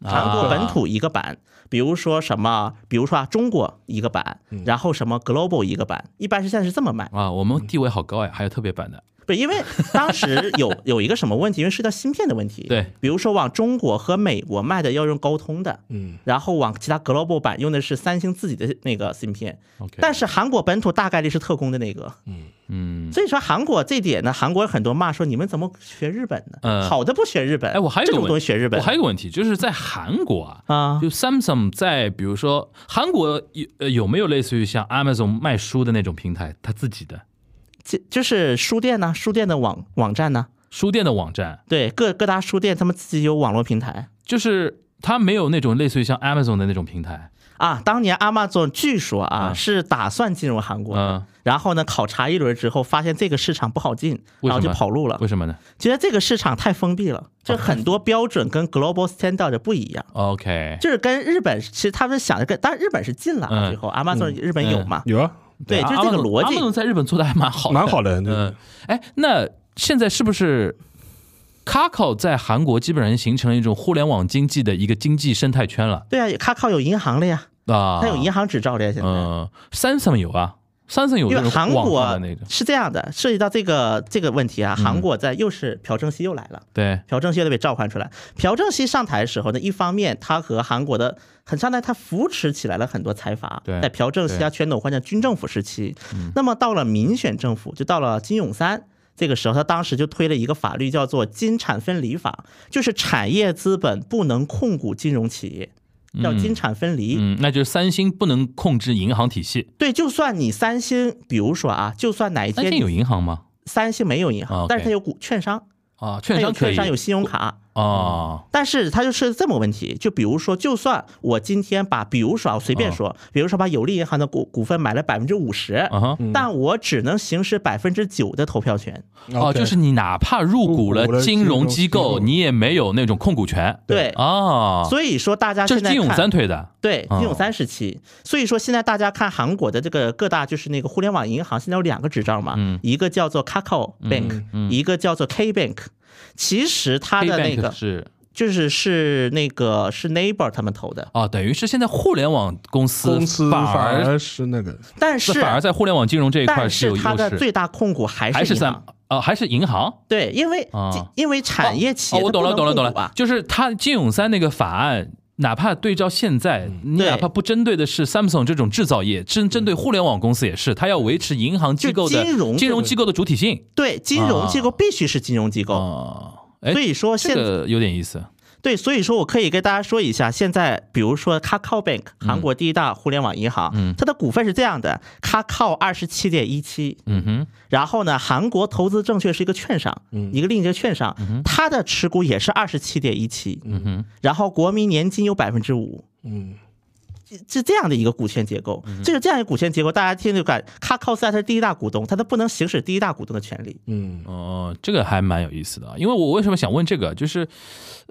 Speaker 5: 嗯啊
Speaker 6: 韩国本土一个版，比如说什么，比如说啊中国一个版，然后什么 Global 一个版，一般是现在是这么卖。
Speaker 5: 啊，我们地位好高呀，还有特别版的，
Speaker 6: 对，因为当 时有有一个什么问题，因为涉及到芯片的问题。
Speaker 5: 对，
Speaker 6: 比如说往中国和美国卖的要用高通的，嗯，然后往其他 global 版用的是三星自己的那个芯片。
Speaker 5: OK
Speaker 6: 但是韩国本土大概率是特供的那个，嗯嗯。所以说韩国这点呢，韩国很多骂说你们怎么学日本呢？
Speaker 5: 嗯
Speaker 6: 好的不学日本，
Speaker 5: 哎，我还有一
Speaker 6: 这
Speaker 5: 个
Speaker 6: 种
Speaker 5: 问
Speaker 6: 东
Speaker 5: 题，
Speaker 6: 西学日本，
Speaker 5: 我还有一个问题，就是在韩国啊，
Speaker 6: 啊
Speaker 5: 就 Samsung 在比如说韩国有呃有没有类似于像 Amazon 卖书的那种平台，它自己的
Speaker 6: 就就是书店呢，书店的网网站呢，
Speaker 5: 书店的网站，
Speaker 6: 对各各大书店他们自己有网络平台。
Speaker 5: 就是它没有那种类似于像 Amazon 的那种平台，
Speaker 6: 啊，当年 Amazon 据说啊、
Speaker 5: 嗯
Speaker 6: 是打算进入韩国的，
Speaker 5: 嗯
Speaker 6: 然后呢考察一轮之后，发现这个市场不好进，
Speaker 5: 为什
Speaker 6: 然后
Speaker 5: 么
Speaker 6: 就跑路了
Speaker 5: 为，什哦么呢
Speaker 6: 觉得这个市场太封闭了，就很多标准跟 global standard 不一样。
Speaker 5: ？OK，
Speaker 6: 就是跟日本，其实他们想的跟，当然日本是进了
Speaker 5: 嗯
Speaker 6: 啊，最后 Amazon 日本有嘛？
Speaker 4: 有啊，
Speaker 6: 对，就是这个逻辑。
Speaker 5: Amazon 在日本做的还蛮好的，
Speaker 4: 蛮好的对
Speaker 5: 嗯，哎，那现在是不是 Kakao 在韩国基本上形成了一种互联网经济的一个经济生态圈了
Speaker 6: 对啊，卡靠有银行了呀，
Speaker 5: 啊？
Speaker 6: 它有银行执照了呀，现在。
Speaker 5: 嗯，Samsung 有啊，Samsung 有
Speaker 6: 因
Speaker 5: 这
Speaker 6: 为
Speaker 5: 种
Speaker 6: 韩
Speaker 5: 网
Speaker 6: 国
Speaker 5: 红的那种，嗯
Speaker 6: 是这样的，涉及到这个这个问题啊，韩国在又是朴正熙又来了。
Speaker 5: 对，
Speaker 6: 朴正熙都被召唤出来。朴正熙上台的时候呢，一方面他和韩国的很上台，他扶持起来了很多财阀
Speaker 5: 对，嗯
Speaker 6: 在朴正熙啊、全斗焕这样军政府时期，那么到了民选政府，就到了金泳三。这个时候，他当时就推了一个法律，叫做《金产分离法》，就是产业资本不能控股金融企业，叫金产分离。
Speaker 5: 嗯，那就是三星不能控制银行体系，
Speaker 6: 对，就算你三星，比如说啊，就算哪一
Speaker 5: 三
Speaker 6: 天
Speaker 5: 星有
Speaker 6: 你
Speaker 5: 银行吗？
Speaker 6: 三星没有银
Speaker 5: 啊
Speaker 6: 行
Speaker 5: ，OK，
Speaker 6: 但是它有股券商，
Speaker 5: 啊，
Speaker 6: 它
Speaker 5: 券
Speaker 6: 有
Speaker 5: 商可
Speaker 6: 券
Speaker 5: 以
Speaker 6: 商有信用卡，
Speaker 5: 哦，
Speaker 6: 但是它就是这么个问题，就比如说，就算我今天把，比如说啊，我随便说，比如说把有利银行的股股份买了百分之五十，
Speaker 5: 啊哈，
Speaker 6: 但我只能行使百分之九的投票权。
Speaker 5: 哦，
Speaker 4: 嗯 OK
Speaker 5: 就是你哪怕入股
Speaker 4: 入股
Speaker 5: 了
Speaker 4: 了
Speaker 5: 金融机
Speaker 4: 金
Speaker 5: 构，
Speaker 4: 融机构
Speaker 5: 你也没有那种控股权，
Speaker 6: 对
Speaker 5: 哦，
Speaker 6: 所以说大家
Speaker 5: 这
Speaker 6: 现
Speaker 5: 是
Speaker 6: 在
Speaker 5: 金永三
Speaker 6: 看，
Speaker 5: 推的，
Speaker 6: 对
Speaker 5: 哦
Speaker 6: 金永三时期，所以说现在大家看韩国的这个各大就是那个互联网银行，现在有两个执照嘛，
Speaker 5: 嗯
Speaker 6: 一个叫做 Kakao Bank，、一个叫做 K Bank。其实它
Speaker 5: K
Speaker 6: 的那
Speaker 5: Bank
Speaker 6: 个
Speaker 5: 是
Speaker 6: 就是是那个是 Neighbor 他们投的，
Speaker 5: 哦，等于是现在互联网公司
Speaker 4: 公司
Speaker 5: 反
Speaker 4: 反
Speaker 5: 而
Speaker 4: 而是那个
Speaker 6: 但是
Speaker 5: 反而在互联网金融这一块
Speaker 6: 但
Speaker 5: 是有
Speaker 6: 是它
Speaker 5: 优
Speaker 6: 的
Speaker 5: 势，
Speaker 6: 最大控股还
Speaker 5: 还是
Speaker 6: 是银
Speaker 5: 三
Speaker 6: 行。
Speaker 5: 啊，还是银行？
Speaker 6: 对，因为、
Speaker 5: 啊
Speaker 6: 因为产业企业、
Speaker 5: 哦，我懂了，懂了，懂了
Speaker 6: 吧，？
Speaker 5: 就是他金永三那个法案。哪怕对照现在，你
Speaker 6: 嗯对
Speaker 5: 哪怕不针对的是 Samsung 这种制造业，针针对互联网公司也是，它要维持银行机构的
Speaker 6: 就金融
Speaker 5: 金融机构的主体性。
Speaker 6: 对，金融机构必须是金融机构。
Speaker 5: 啊哦，哎，
Speaker 6: 所以说
Speaker 5: 这
Speaker 6: 现、
Speaker 5: 个有点意思。
Speaker 6: 对，所以说我可以跟大家说一下，现在比如说 Kakao Bank，韩
Speaker 5: 嗯
Speaker 6: 国第一大互联网银行，它的股份是这样的：Kakao 二十七点一七，
Speaker 5: 嗯哼，
Speaker 6: 然后呢，韩国投资证券是一个券商，
Speaker 5: 嗯
Speaker 6: 一个另一个券商，它的持股也是二十七点一七，
Speaker 5: 嗯
Speaker 6: 然后国民年金有百分之五，
Speaker 4: 嗯，
Speaker 6: 是这样的一个股权结构。
Speaker 5: 嗯
Speaker 6: 就是这样一个股权结构，大家听就感，Kakao 虽然它是第一大股东，但它不能行使第一大股东的权利。
Speaker 4: 嗯，
Speaker 5: 哦，这个还蛮有意思的啊，因为我为什么想问这个，就是，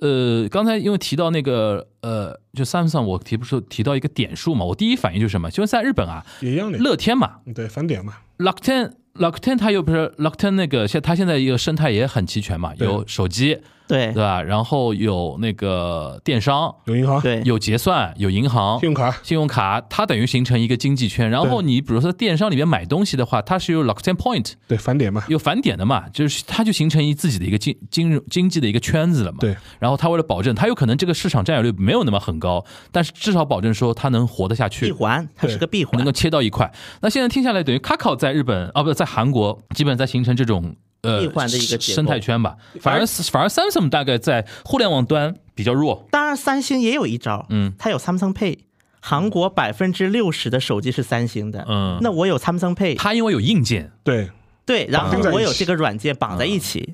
Speaker 5: 呃，刚才因为提到那个，呃，就 Samsung，我提不出提到一个点数嘛，我第一反应就是什么？就是在日本啊，
Speaker 4: 也一样
Speaker 6: 嗯
Speaker 4: 的，嗯
Speaker 5: 乐天嘛
Speaker 4: 对，返点嘛，
Speaker 5: ，Rakuten。Rakuten 它又不是 Rakuten 那个现，它现在一个生态也很齐全嘛，
Speaker 4: 对
Speaker 5: 有手机，
Speaker 6: 对
Speaker 5: 对啊吧？然后有那个电商，
Speaker 4: 有银行，，
Speaker 6: 对，
Speaker 5: 有结算，有银行，
Speaker 4: 信用卡，
Speaker 5: 信用卡，它等于形成一个经济圈。然后
Speaker 4: 对
Speaker 5: 你比如说电商里面买东西的话，它是有 Rakuten Point
Speaker 4: 对，返点嘛，
Speaker 5: 有返点的嘛，就是它就形成一自己的一个经经融经济的一个圈子了嘛。
Speaker 4: 对。
Speaker 5: 然后它为了保证，它有可能这个市场占有率没有那么很高，但是至少保证说它能活得下去
Speaker 6: 闭。环，它是个闭
Speaker 5: 能
Speaker 6: 环
Speaker 5: 够。切到一块。那现在听下来，等于 Kakao 在日本啊，不在韩国，基本在形成这种呃
Speaker 6: 闭环的一个结构
Speaker 5: 生态圈吧。反而反而 Samsung 大概在互联网端比较弱。
Speaker 6: 当然，三星也有一招，
Speaker 5: 嗯，
Speaker 6: 它有 Samsung Pay。韩国百分之六十的手机是三星的，
Speaker 5: 嗯
Speaker 6: 那我有 Samsung Pay，
Speaker 5: 它因为有硬件，
Speaker 4: 对，
Speaker 6: 对，然后
Speaker 4: 绑在一起
Speaker 6: 我有这个软件绑在一
Speaker 5: 嗯
Speaker 6: 起。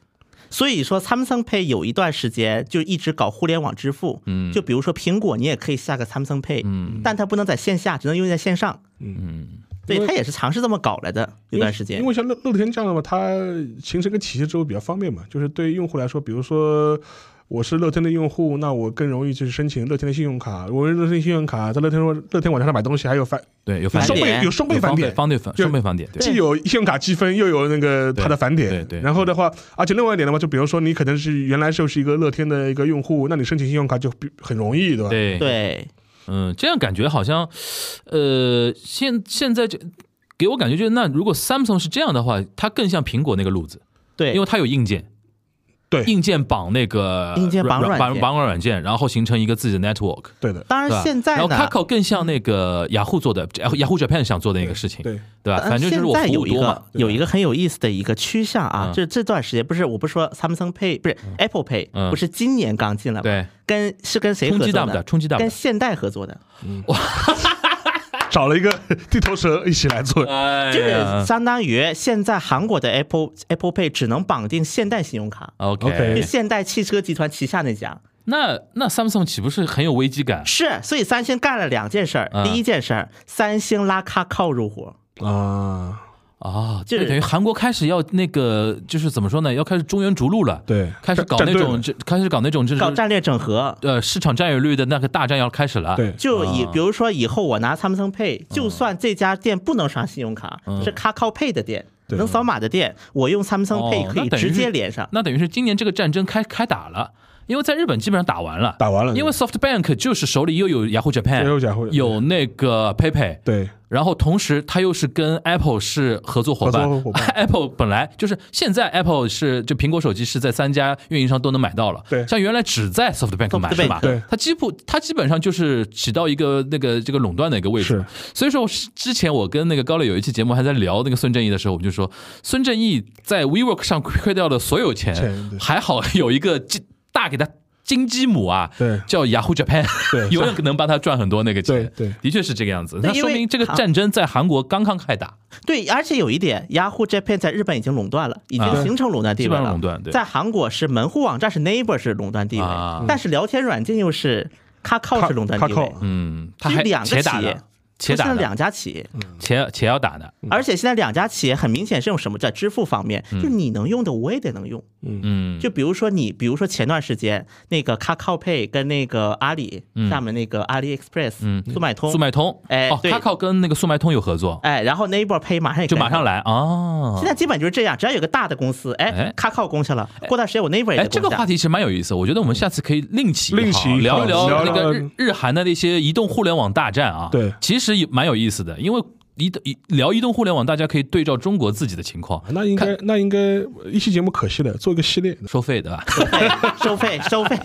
Speaker 6: 所以说，Samsung Pay 有一段时间就一直搞互联网支付，嗯，就比如说苹果，你也可以下个 Samsung Pay，嗯，但它不能在线下，只能用在线上，嗯，对，它也是尝试这么搞来的，有段时间，
Speaker 4: 因为像乐乐天这样的嘛，它形成一个体系之后比较方便嘛，就是对于用户来说，比如说。我是乐天的用户，那我更容易去申请乐天的信用卡。我用乐天信用卡，在乐天说乐天网站上买东西还有返
Speaker 5: 对，有
Speaker 4: 有
Speaker 5: 返
Speaker 4: 双
Speaker 5: 点，
Speaker 4: 倍有双倍返点，
Speaker 5: 方对返
Speaker 4: 就
Speaker 5: 双倍返点，对。
Speaker 4: 既有信用卡积分，又有那个它的返点。
Speaker 5: 对对对
Speaker 4: 然后的话，而且另外一点的话，就比如说你可能是原来就是一个乐天的一个用户，那你申请信用卡就比很容易，对吧？
Speaker 5: 对，
Speaker 6: 对，
Speaker 5: 嗯，这样感觉好像，呃，现现在就给我感觉就是，那如果 Samsung 是这样的话，它更像苹果那个路子，
Speaker 6: 对，
Speaker 5: 因为它有硬件，
Speaker 4: 对
Speaker 5: 硬件绑那个
Speaker 6: 硬件绑
Speaker 5: 软
Speaker 6: 软
Speaker 5: 绑
Speaker 6: 件
Speaker 5: 绑软件，然后形成一个自己的 network，
Speaker 4: 对的。
Speaker 6: 当
Speaker 5: 对吧
Speaker 6: 然？现在
Speaker 5: 然后
Speaker 6: 呢，
Speaker 5: Kakao 更像那个雅虎做的，雅虎 Japan 想做的那个事情，
Speaker 4: 对，
Speaker 5: 对吧？
Speaker 6: 呃
Speaker 5: 反正就是我
Speaker 6: 现在
Speaker 5: 服
Speaker 6: 有
Speaker 5: 务
Speaker 6: 一
Speaker 5: 多
Speaker 6: 个
Speaker 5: 嘛，
Speaker 6: 有一个很有意思的一个趋向啊，
Speaker 5: 嗯
Speaker 6: 这这段时间不是我不是说 Samsung Pay 不是 Apple Pay
Speaker 5: 嗯
Speaker 6: 不是今年刚进来吗？
Speaker 5: 对，
Speaker 6: 跟是跟谁合
Speaker 5: 冲
Speaker 6: 作
Speaker 5: 击
Speaker 6: 的？
Speaker 5: 大不大？冲击大不
Speaker 6: 跟
Speaker 5: 大？
Speaker 6: 现代合作的，
Speaker 4: 找了一个 地头蛇一起来做。
Speaker 5: 哎
Speaker 6: 就是
Speaker 5: 呀
Speaker 6: 相当于现在韩国的 Apple Apple Pay 只能绑定现代信用卡，
Speaker 5: ，OK，
Speaker 6: 就
Speaker 4: OK
Speaker 6: 现代汽车集团旗下那家。
Speaker 5: 那那 Samsung 岂不是很有危机感？
Speaker 6: 是，所以三星干了两件事儿。
Speaker 5: 嗯
Speaker 6: 第一件事儿，三星拉卡靠入伙，
Speaker 4: 啊，
Speaker 5: 啊，
Speaker 6: 就
Speaker 5: 就是是等于韩国开始要那个，就是怎么说呢？要开始中原逐鹿了，
Speaker 4: 对
Speaker 5: 开始搞
Speaker 4: 站
Speaker 5: 那
Speaker 4: 队
Speaker 5: 种，
Speaker 4: 了
Speaker 5: 这开始搞那种，就是
Speaker 6: 搞战略整合。
Speaker 5: 呃市场占有率的那个大战要开始了。
Speaker 4: 对，
Speaker 6: 就
Speaker 5: 啊
Speaker 6: 以比如说以后我拿 Samsung Pay，就算这家店不能刷信用卡，
Speaker 5: 啊
Speaker 6: 是卡靠 Pay 的店，
Speaker 4: 对
Speaker 6: 能扫码的店，我用 Samsung
Speaker 5: 哦
Speaker 6: Pay 可以
Speaker 5: 那等于
Speaker 6: 直接
Speaker 5: 是
Speaker 6: 连上。
Speaker 5: 那等于是今年这个战争开开打了，因为在日本基本上打完了，
Speaker 4: 打完了
Speaker 5: 因为 SoftBank 就是手里又有 Yahoo
Speaker 4: 又有
Speaker 5: Japan，
Speaker 4: Yahoo，
Speaker 5: 有那个 PayPay，
Speaker 4: 对
Speaker 5: 然后同时它又是跟 Apple 是合作伙伴
Speaker 4: 合作伙伴
Speaker 5: ，Apple 本来就是现在 Apple 是就苹果手机是在三家运营商都能买到了，
Speaker 4: 对
Speaker 5: 像原来只在 SoftBank 买
Speaker 6: SoftBank
Speaker 5: 是吧？
Speaker 4: 对
Speaker 5: 它基本它基本上就是起到一个那个这个垄断的一个位置
Speaker 4: 是，
Speaker 5: 所以说我是之前我跟那个高磊有一期节目还在聊那个孙正义的时候，我们就说孙正义在 WeWork 上亏掉的所有钱
Speaker 4: 钱对，
Speaker 5: 还好有一个金大给他金鸡母啊，
Speaker 4: 对
Speaker 5: 叫 Yahoo Japan，
Speaker 4: 对
Speaker 5: 永远能帮他赚很多那个钱，
Speaker 4: 对对
Speaker 5: 的确是这个样子。
Speaker 6: 对
Speaker 5: 那
Speaker 6: 因
Speaker 5: 说
Speaker 6: 为
Speaker 5: 明这个
Speaker 6: 韩
Speaker 5: 战争在韩国刚刚开打，
Speaker 6: 对，而且有一点，Yahoo Japan 在日本已经垄断了，已经
Speaker 5: 啊
Speaker 6: 形成垄断地
Speaker 5: 基
Speaker 6: 位
Speaker 5: 本上
Speaker 6: 了。
Speaker 5: 垄断对
Speaker 6: 在韩国是门户网站是 Neighbor 是垄断地位，
Speaker 5: 啊
Speaker 6: 但是聊天软件又是 Kakao 是垄断地位
Speaker 4: Kakao，
Speaker 5: 嗯，他
Speaker 6: 这
Speaker 5: 还
Speaker 6: 两个
Speaker 5: 且打
Speaker 6: 企业
Speaker 5: 的，且
Speaker 6: 出现
Speaker 5: 打
Speaker 6: 了
Speaker 5: 的，嗯
Speaker 6: 两家企业，
Speaker 5: 且且要打的，
Speaker 6: 而且现在两家企业很明显是用什么在支付方面，就你能用的我也得能用。
Speaker 5: 嗯，
Speaker 6: 就比如说你，比如说前段时间那个 Kakao Pay 跟那个阿里厦门那个 AliExpress，
Speaker 5: 嗯
Speaker 6: 速卖通，
Speaker 5: 速卖通，
Speaker 6: 哎
Speaker 5: 哦，
Speaker 6: 对
Speaker 5: 他靠跟那个速卖通有合作，
Speaker 6: 哎，然后 Neighbor Pay 马上也
Speaker 5: 就马
Speaker 6: 跟
Speaker 5: 上来啊
Speaker 6: 现。在基本就是这样，只要有个大的公司，哎
Speaker 5: 哎，
Speaker 6: 卡靠攻下了，过段时间我 Naver 也
Speaker 5: 哎，
Speaker 6: 得
Speaker 5: 这个
Speaker 6: 攻下
Speaker 5: 话题其实蛮有意思，我觉得我们下次可以另起
Speaker 4: 另
Speaker 5: 一
Speaker 4: 起
Speaker 5: 行
Speaker 4: 一
Speaker 5: 聊
Speaker 4: 行
Speaker 5: 一聊
Speaker 4: 聊
Speaker 5: 那
Speaker 4: 聊
Speaker 5: 个日日韩的那些移动互联网大战啊，
Speaker 4: 对
Speaker 5: 其实也蛮有意思的，因为移动移聊移动互联网，大家可以对照中国自己的情况，
Speaker 4: 那应该
Speaker 5: 看
Speaker 4: 那应该一期节目可惜了，做一个系列。
Speaker 5: 收费对吧？
Speaker 6: 收费收费，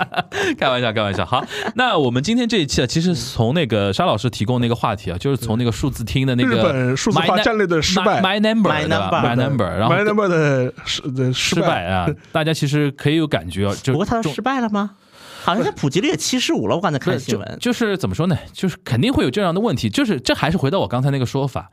Speaker 5: 开玩笑，开玩笑。好， 那我们今天这一期啊，其实
Speaker 4: 嗯
Speaker 5: 从那个沙老师提供那个话题啊，就是从那个数字厅的那个
Speaker 4: 日本数字化
Speaker 5: My Num-
Speaker 4: 战略的失败
Speaker 5: My Number，
Speaker 6: My
Speaker 5: 对吧
Speaker 6: Number
Speaker 5: ？My Number，然后
Speaker 4: My Number 的失的失
Speaker 5: 失败啊，大家其实可以有感觉啊，就
Speaker 6: 不过他
Speaker 5: 中
Speaker 6: 失败了吗？好像是普及率七十五了，我刚才
Speaker 5: 不
Speaker 6: 看
Speaker 5: 是
Speaker 6: 新
Speaker 5: 就
Speaker 6: 闻。
Speaker 5: 就是怎么说呢？就是肯定会有这样的问题，就是这还是回到我刚才那个说法，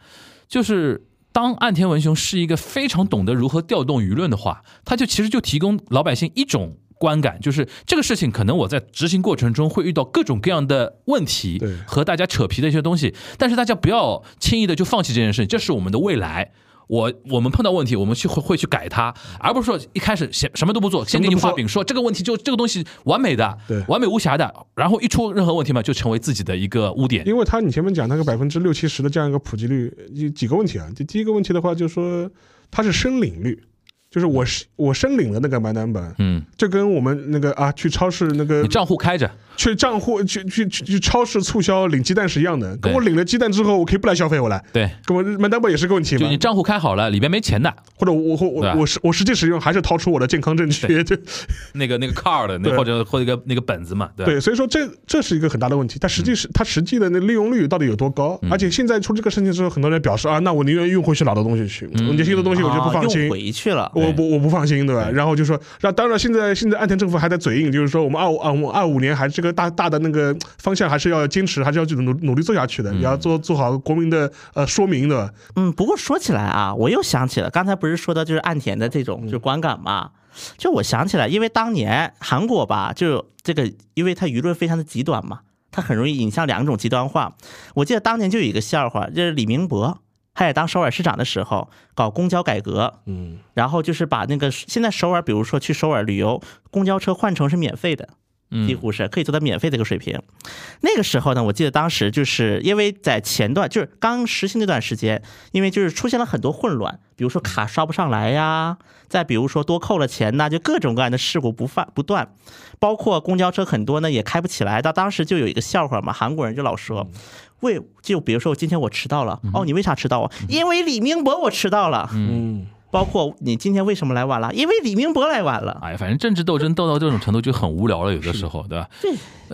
Speaker 5: 就是当岸田文雄是一个非常懂得如何调动舆论的话，他就其实就提供老百姓一种。观感就是这个事情，可能我在执行过程中会遇到各种各样的问题
Speaker 4: 对
Speaker 5: 和大家扯皮的一些东西，但是大家不要轻易的就放弃这件事情，这是我们的未来。我我们碰到问题，我们去会会去改它，而不是说一开始先什么都不做，先给你画饼，说这个问题就这个东西完美的，
Speaker 4: 对
Speaker 5: 完美无瑕的，然后一出任何问题嘛，就成为自己的一个污点。
Speaker 4: 因为他你前面讲那个百分之六七十的这样一个普及率，有几个问题啊？就第一个问题的话，就是说它是申领率，就是我是我申领了那个买单本，
Speaker 5: 嗯，
Speaker 4: 这跟我们那个啊去超市那个
Speaker 5: 你账户开着，
Speaker 4: 去账户去去去去超市促销领鸡蛋是一样的，
Speaker 5: 对
Speaker 4: 跟我领了鸡蛋之后，我可以不来消费，我来，
Speaker 5: 对，
Speaker 4: 跟我买单本也是个问题
Speaker 5: 就
Speaker 4: 嘛
Speaker 5: 你。账户开好了，里边没钱的，
Speaker 4: 或者我我
Speaker 5: 对啊
Speaker 4: 我我实我实际使用还是掏出我的健康证据，对
Speaker 5: 那个那个 card，那
Speaker 4: 对
Speaker 5: 或者或者一个那个本子嘛，对吧
Speaker 4: 对，所以说这这是一个很大的问题，它实际是它实际的那利用率到底有多高？而且现在出这个事情之后，很多人表示啊，那我宁愿用回去老的东西去，我年轻的东西我就不
Speaker 6: 啊
Speaker 4: 放
Speaker 6: 又
Speaker 4: 心。
Speaker 6: 回去了。
Speaker 4: 我不我不放心，对吧？然后就说，那当然现在现在岸田政府还在嘴硬，就是说我们二五啊，我们二五年还这个大大的那个方向还是要坚持，还是要去努努力做下去的，也要做做好国民的呃说明的。
Speaker 6: 嗯，不过说起来啊，我又想起了刚才不是说的就是岸田的这种就观感嘛，就我想起来，因为当年韩国吧，就这个，因为它舆论非常的极端嘛，它很容易引向两种极端化。我记得当年就有一个笑话，就是李明博。他也当首尔市长的时候搞公交改革，嗯，然后就是把那个现在首尔，比如说去首尔旅游，公交车换成是免费的，
Speaker 5: 嗯
Speaker 6: 几乎是可以做到免费这个水平。那个时候呢，我记得当时就是因为在前段就是刚实行那段时间，因为就是出现了很多混乱，比如说卡刷不上来呀，再比如说多扣了钱呐，就各种各样的事故不犯不断，包括公交车很多呢也开不起来。到当时就有一个笑话嘛，韩国人就老说。为就比如说，今天我迟到了，哦，你为啥迟到啊？因为李明博我迟到了。
Speaker 4: 嗯，
Speaker 6: 包括你今天为什么来晚了？因为李明博来 晚了。
Speaker 5: 哎呀，反正政治斗争斗到这种程度就很无聊了，有的时候，对吧？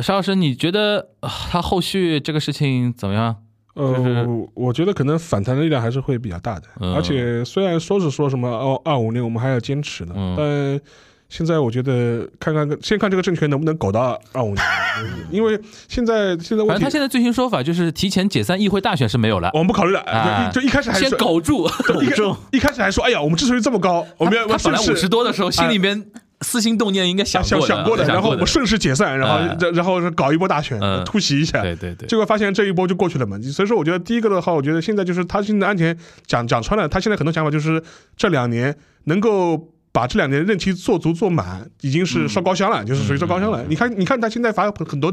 Speaker 5: 沙老师，你觉得啊他后续这个事情怎么样？
Speaker 4: 呃
Speaker 5: 是，
Speaker 4: 我我觉得可能反弹的力量还是会比较大的，
Speaker 5: 嗯
Speaker 4: 而且虽然说是说什么哦二五年我们还要坚持呢，
Speaker 5: 嗯
Speaker 4: 但现在我觉得看看先看这个政权能不能搞到 二五年，嗯因为现在现在
Speaker 5: 反正
Speaker 4: 问
Speaker 5: 他
Speaker 4: 题
Speaker 5: 现在最新说法就是提前解散议会大选是没有了
Speaker 4: 我，们不考虑了，
Speaker 5: 哎
Speaker 4: 就一就一开始还
Speaker 5: 先
Speaker 4: 是
Speaker 5: 苟住。
Speaker 4: 一开
Speaker 6: 住
Speaker 4: 一开始还说哎呀我们之所以这么高，我们要
Speaker 5: 他本来
Speaker 4: 顺势
Speaker 5: 五十多的时候，心里面私心动念应该想
Speaker 4: 哎想
Speaker 5: 过
Speaker 4: 想过的，然后我们
Speaker 5: 的
Speaker 4: 顺势解散，然
Speaker 5: 哎
Speaker 4: 后然后是搞一波大选
Speaker 5: 嗯
Speaker 4: 突袭一下，
Speaker 5: 对对对，
Speaker 4: 结果发现这一波就过去了嘛。所以说，我觉得第一个的话，我觉得现在就是他现在安田讲讲穿了，他现在很多想法就是这两年能够。把这两年任期做足做满，已经是烧高香了，就是属于烧高香了。你看，你看他现在把很多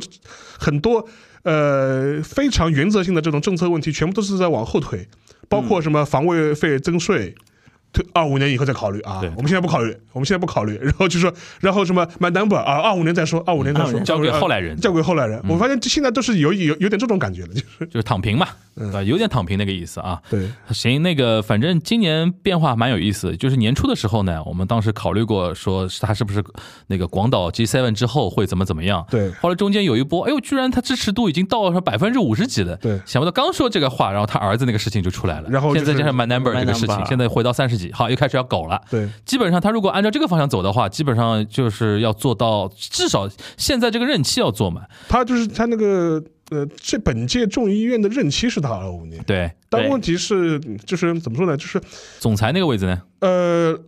Speaker 4: 很多呃非常原则性的这种政策问题，全部都是在往后推，包括什么防卫费增税，推二五年以后再考虑啊
Speaker 5: 对。
Speaker 4: 我们现在不考虑，我们现在不考虑。然后就说，然后什么买单本啊，二五年再说，二五年再
Speaker 6: 25
Speaker 4: 说，
Speaker 6: 年
Speaker 5: 交给后来人
Speaker 4: 交给后来人。我嗯发现这现在都是有有有点这种感觉了，就是
Speaker 5: 就是躺平嘛，
Speaker 4: 嗯
Speaker 5: 对吧？有点躺平那个意思啊。
Speaker 4: 对，
Speaker 5: 行，那个反正今年变化蛮有意思，就是年初的时候呢，我们当时考虑过说他是不是那个广岛 G7 之后会怎么怎么样。
Speaker 4: 对
Speaker 5: 后来中间有一波，哎呦，居然他支持度已经到了百分之五十几了。
Speaker 4: 对
Speaker 5: 想不到刚说这个话，然后他儿子那个事情就出来了，
Speaker 4: 然后就
Speaker 5: 现
Speaker 4: 是
Speaker 5: 在加上 My Number
Speaker 6: My
Speaker 5: 这个事情，
Speaker 6: Number
Speaker 5: 现在回到三十几，好，又开始要搞了。
Speaker 4: 对
Speaker 5: 基本上他如果按照这个方向走的话，基本上就是要做到至少现在这个任期要做满。
Speaker 4: 他就是他那个呃，这本届众议院的任期是到二五年，
Speaker 5: 对，
Speaker 4: 但
Speaker 6: 对
Speaker 4: 问题是就是怎么说呢？就是
Speaker 5: 总裁那个位置呢，
Speaker 4: 呃。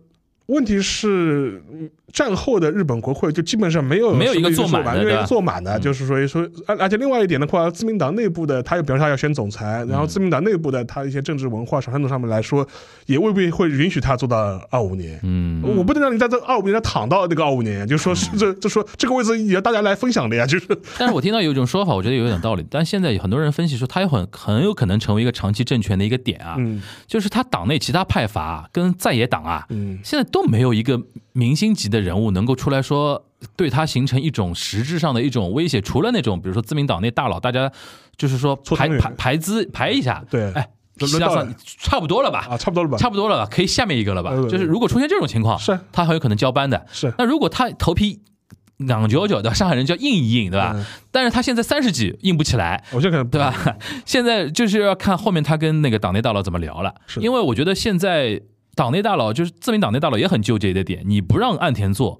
Speaker 4: 问题是，嗯战后的日本国会就基本上没有
Speaker 5: 没有一个
Speaker 4: 坐
Speaker 5: 坐满的
Speaker 4: 因
Speaker 5: 对吧嗯
Speaker 4: 为坐满的，就是所以说，而而且另外一点的话，自民党内部的，他又比如说他要选总裁，
Speaker 5: 嗯
Speaker 4: 然后自民党内部的他一些政治文化、传统上面来说，也未必会允许他做到二五年。
Speaker 5: 嗯，
Speaker 4: 我不能让你在这二五年上躺到那个二五年，就说是这就说这个位置也要大家来分享的呀，就是
Speaker 5: 但是我听到有一种说法，我觉得有点道理。 但现在有很多人分析说，他有很很有可能成为一个长期政权的一个点啊，
Speaker 4: 嗯
Speaker 5: 就是他党内其他派阀啊跟在野党啊，
Speaker 4: 嗯，
Speaker 5: 现在都没有一个明星级的人物能够出来说对他形成一种实质上的一种威胁，除了那种比如说自民党内大佬，大家就是说
Speaker 4: 搓
Speaker 5: 排
Speaker 4: 汤圆
Speaker 5: 排排资排一下，
Speaker 4: 对
Speaker 5: 哎。
Speaker 4: 轮轮
Speaker 5: 加
Speaker 4: 到了
Speaker 5: 上差不多了吧？
Speaker 4: 啊，差不多了吧？
Speaker 5: 差不多了吧？可以下面一个了吧？
Speaker 4: 呃
Speaker 5: 就是如果出现这种情况，
Speaker 4: 是
Speaker 5: 他很有可能交班的。
Speaker 4: 是
Speaker 5: 那如果他头皮硬久久的，上海人叫硬一硬，对吧？
Speaker 4: 嗯
Speaker 5: 但是他现在三十几硬不起来，
Speaker 4: 我现在看
Speaker 5: 对吧？ 现在就是要看后面他跟那个党内大佬怎么聊了，
Speaker 4: 是
Speaker 5: 因为我觉得现在党内大佬就是自民党内大佬也很纠结的点，你不让岸田做。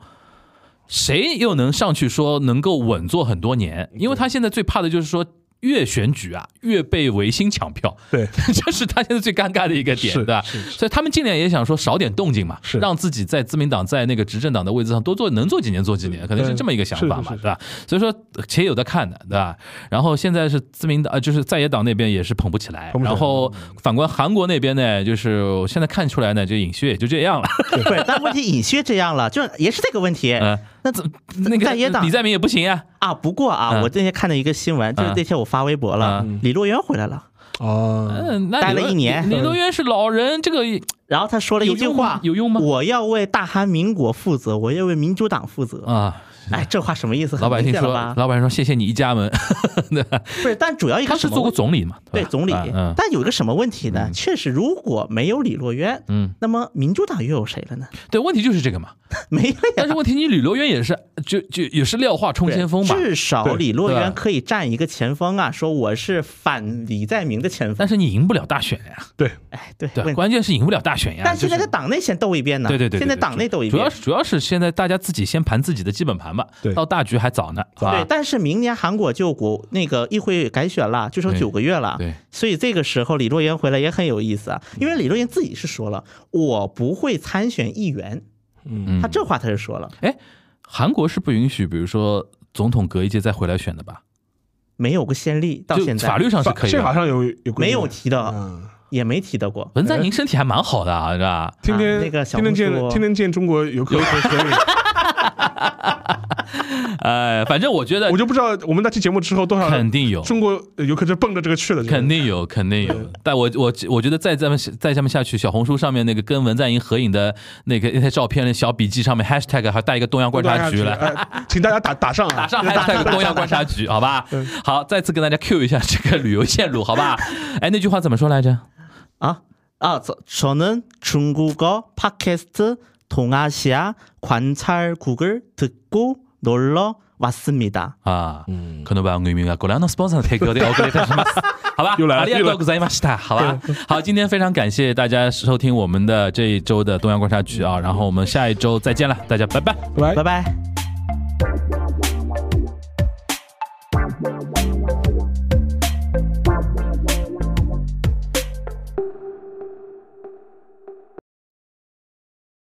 Speaker 5: 谁又能上去说能够稳坐很多年？
Speaker 4: 嗯
Speaker 5: 因为他现在最怕的就是说越选举啊越被维新抢票，
Speaker 4: 对
Speaker 5: 这是他现在最尴尬的一个点，
Speaker 4: 是
Speaker 5: 对吧？
Speaker 4: 是是
Speaker 5: 所以他们尽量也想说少点动静嘛，
Speaker 4: 是
Speaker 5: 让自己在自民党在那个执政党的位置上多做，能做几年做几年，可能是
Speaker 4: 对
Speaker 5: 这么一个想法嘛，
Speaker 4: 嗯是是
Speaker 5: 对
Speaker 4: 是
Speaker 5: 吧？所以说呃且有的看的，对吧？然后现在是自民党，呃，就是在野党那边也是捧不起来，
Speaker 4: 捧不起来
Speaker 5: 然后反观韩国那边呢，就是我现在看出来呢，就尹锡悦也就这 样了，
Speaker 6: 不是，但问题尹薛这样了，就也是这个问题。
Speaker 4: 哎
Speaker 5: 嗯，
Speaker 6: 那怎
Speaker 5: 那个
Speaker 6: 在野党
Speaker 5: 李在明也不行啊，
Speaker 6: 啊？不过啊，
Speaker 5: 嗯
Speaker 6: 我那天看到一个新闻，就是
Speaker 5: 嗯
Speaker 6: 那天我发微博了，李洛渊回来了，
Speaker 4: 啊，
Speaker 5: 嗯，那
Speaker 6: 待了
Speaker 5: 李
Speaker 6: 一年
Speaker 5: 李多渊是老人，这个
Speaker 6: 然后他说了一句
Speaker 5: 有用吗
Speaker 6: 话，
Speaker 5: 有用吗
Speaker 6: 我要为大韩民国负责，我要为民主党负责。
Speaker 5: 啊，
Speaker 6: 哎，这话什么意思？
Speaker 5: 老百姓
Speaker 6: 很明显
Speaker 5: 说
Speaker 6: 了吧，
Speaker 5: 老百姓说谢谢你一家门，对吧
Speaker 6: 不是，但主要一个
Speaker 5: 他是
Speaker 6: 什么
Speaker 5: 做过
Speaker 6: 问题
Speaker 5: 总理嘛，
Speaker 6: 对
Speaker 5: 吧
Speaker 6: 总理
Speaker 5: 啊嗯，
Speaker 6: 但有一个什么问题呢？确实，如果没有李洛渊，
Speaker 5: 嗯，
Speaker 6: 那么民主党又有谁了呢？
Speaker 5: 对，问题就是这个嘛。
Speaker 6: 没有呀。
Speaker 5: 但是问题，你吕留渊也是，就就也是廖化冲
Speaker 6: 对
Speaker 5: 先锋嘛。
Speaker 6: 至少
Speaker 4: 对
Speaker 6: 李洛
Speaker 5: 对
Speaker 6: 渊
Speaker 5: 吧
Speaker 6: 可以站一个前锋啊，说我是反李在明的前锋
Speaker 5: 但。是你赢不了大选呀，
Speaker 4: 对，
Speaker 6: 哎，对，
Speaker 5: 对，
Speaker 6: 问
Speaker 5: 关键是赢不了大选呀。
Speaker 6: 但现在
Speaker 5: 啊就
Speaker 6: 在
Speaker 5: 是
Speaker 6: 党内先斗一遍呢。
Speaker 5: 对对对，对
Speaker 6: 现在
Speaker 5: 对
Speaker 6: 党内斗一
Speaker 5: 主
Speaker 6: 遍。
Speaker 5: 要是主要是现在大家自己先盘自己的基本盘吧，
Speaker 4: 对
Speaker 5: 到大局还早呢，啊好
Speaker 6: 对
Speaker 5: 吧，？
Speaker 6: 但是明年韩国就国那个议会改选了，据说
Speaker 5: 对
Speaker 6: 九个月了，
Speaker 5: 对嗯
Speaker 6: 所以这个时候李洛渊回来也很有意思啊，因为李洛渊自己是说了，我不会参选议员，
Speaker 5: 嗯
Speaker 6: 他这话他是说了，
Speaker 5: 哎，韩国是不允许，比如说总统隔一届再回来选的吧？
Speaker 6: 没有个先例，到
Speaker 5: 就
Speaker 6: 现在
Speaker 5: 法律上是可以
Speaker 4: 现在好
Speaker 5: 的。
Speaker 4: 像有有规定
Speaker 6: 没有提啊到
Speaker 4: 嗯
Speaker 6: 也没提到过，
Speaker 5: 文在
Speaker 4: 哎
Speaker 5: 寅身体还蛮好的啊，是吧？
Speaker 4: 天天、
Speaker 6: 那个小
Speaker 4: 天天见
Speaker 6: 红书
Speaker 4: 天天见中国游客和合影，
Speaker 5: 哎，反正我觉得
Speaker 4: 我就不知道我们那期节目之后多少
Speaker 5: 肯定有。
Speaker 4: 中国呃游客就奔着这个去了，
Speaker 5: 肯定有，肯定有。但我我我觉得再这么再这么下去，小红书上面那个跟文在寅合影的那个那些照片、小笔记上面 hashtag 还带一个东阳观
Speaker 4: 观
Speaker 5: 察
Speaker 4: 察
Speaker 5: 局
Speaker 4: 了，
Speaker 5: 了。
Speaker 4: 哎请大家打打上
Speaker 5: 打
Speaker 4: 啊，
Speaker 5: 上 hashtag 东阳观察局，好吧？好，再次跟大家 Q 一下这个旅游线路，好吧？哎，那句话怎么说来着？
Speaker 6: 啊啊，저저는중국어팟캐스트동아시아관찰국을듣고놀러왔습니다。
Speaker 5: 啊，
Speaker 4: 嗯
Speaker 5: 可能把我们明白过来，那 sponsor 提高的，我给他 什么？好吧，
Speaker 4: 又来了
Speaker 5: ありがとうございました，好吧， 好，今天非常感谢大家收听我们的这一周的东阳观察局啊，然后我们下一周再见了，大家拜拜。
Speaker 4: 拜拜
Speaker 6: 拜拜。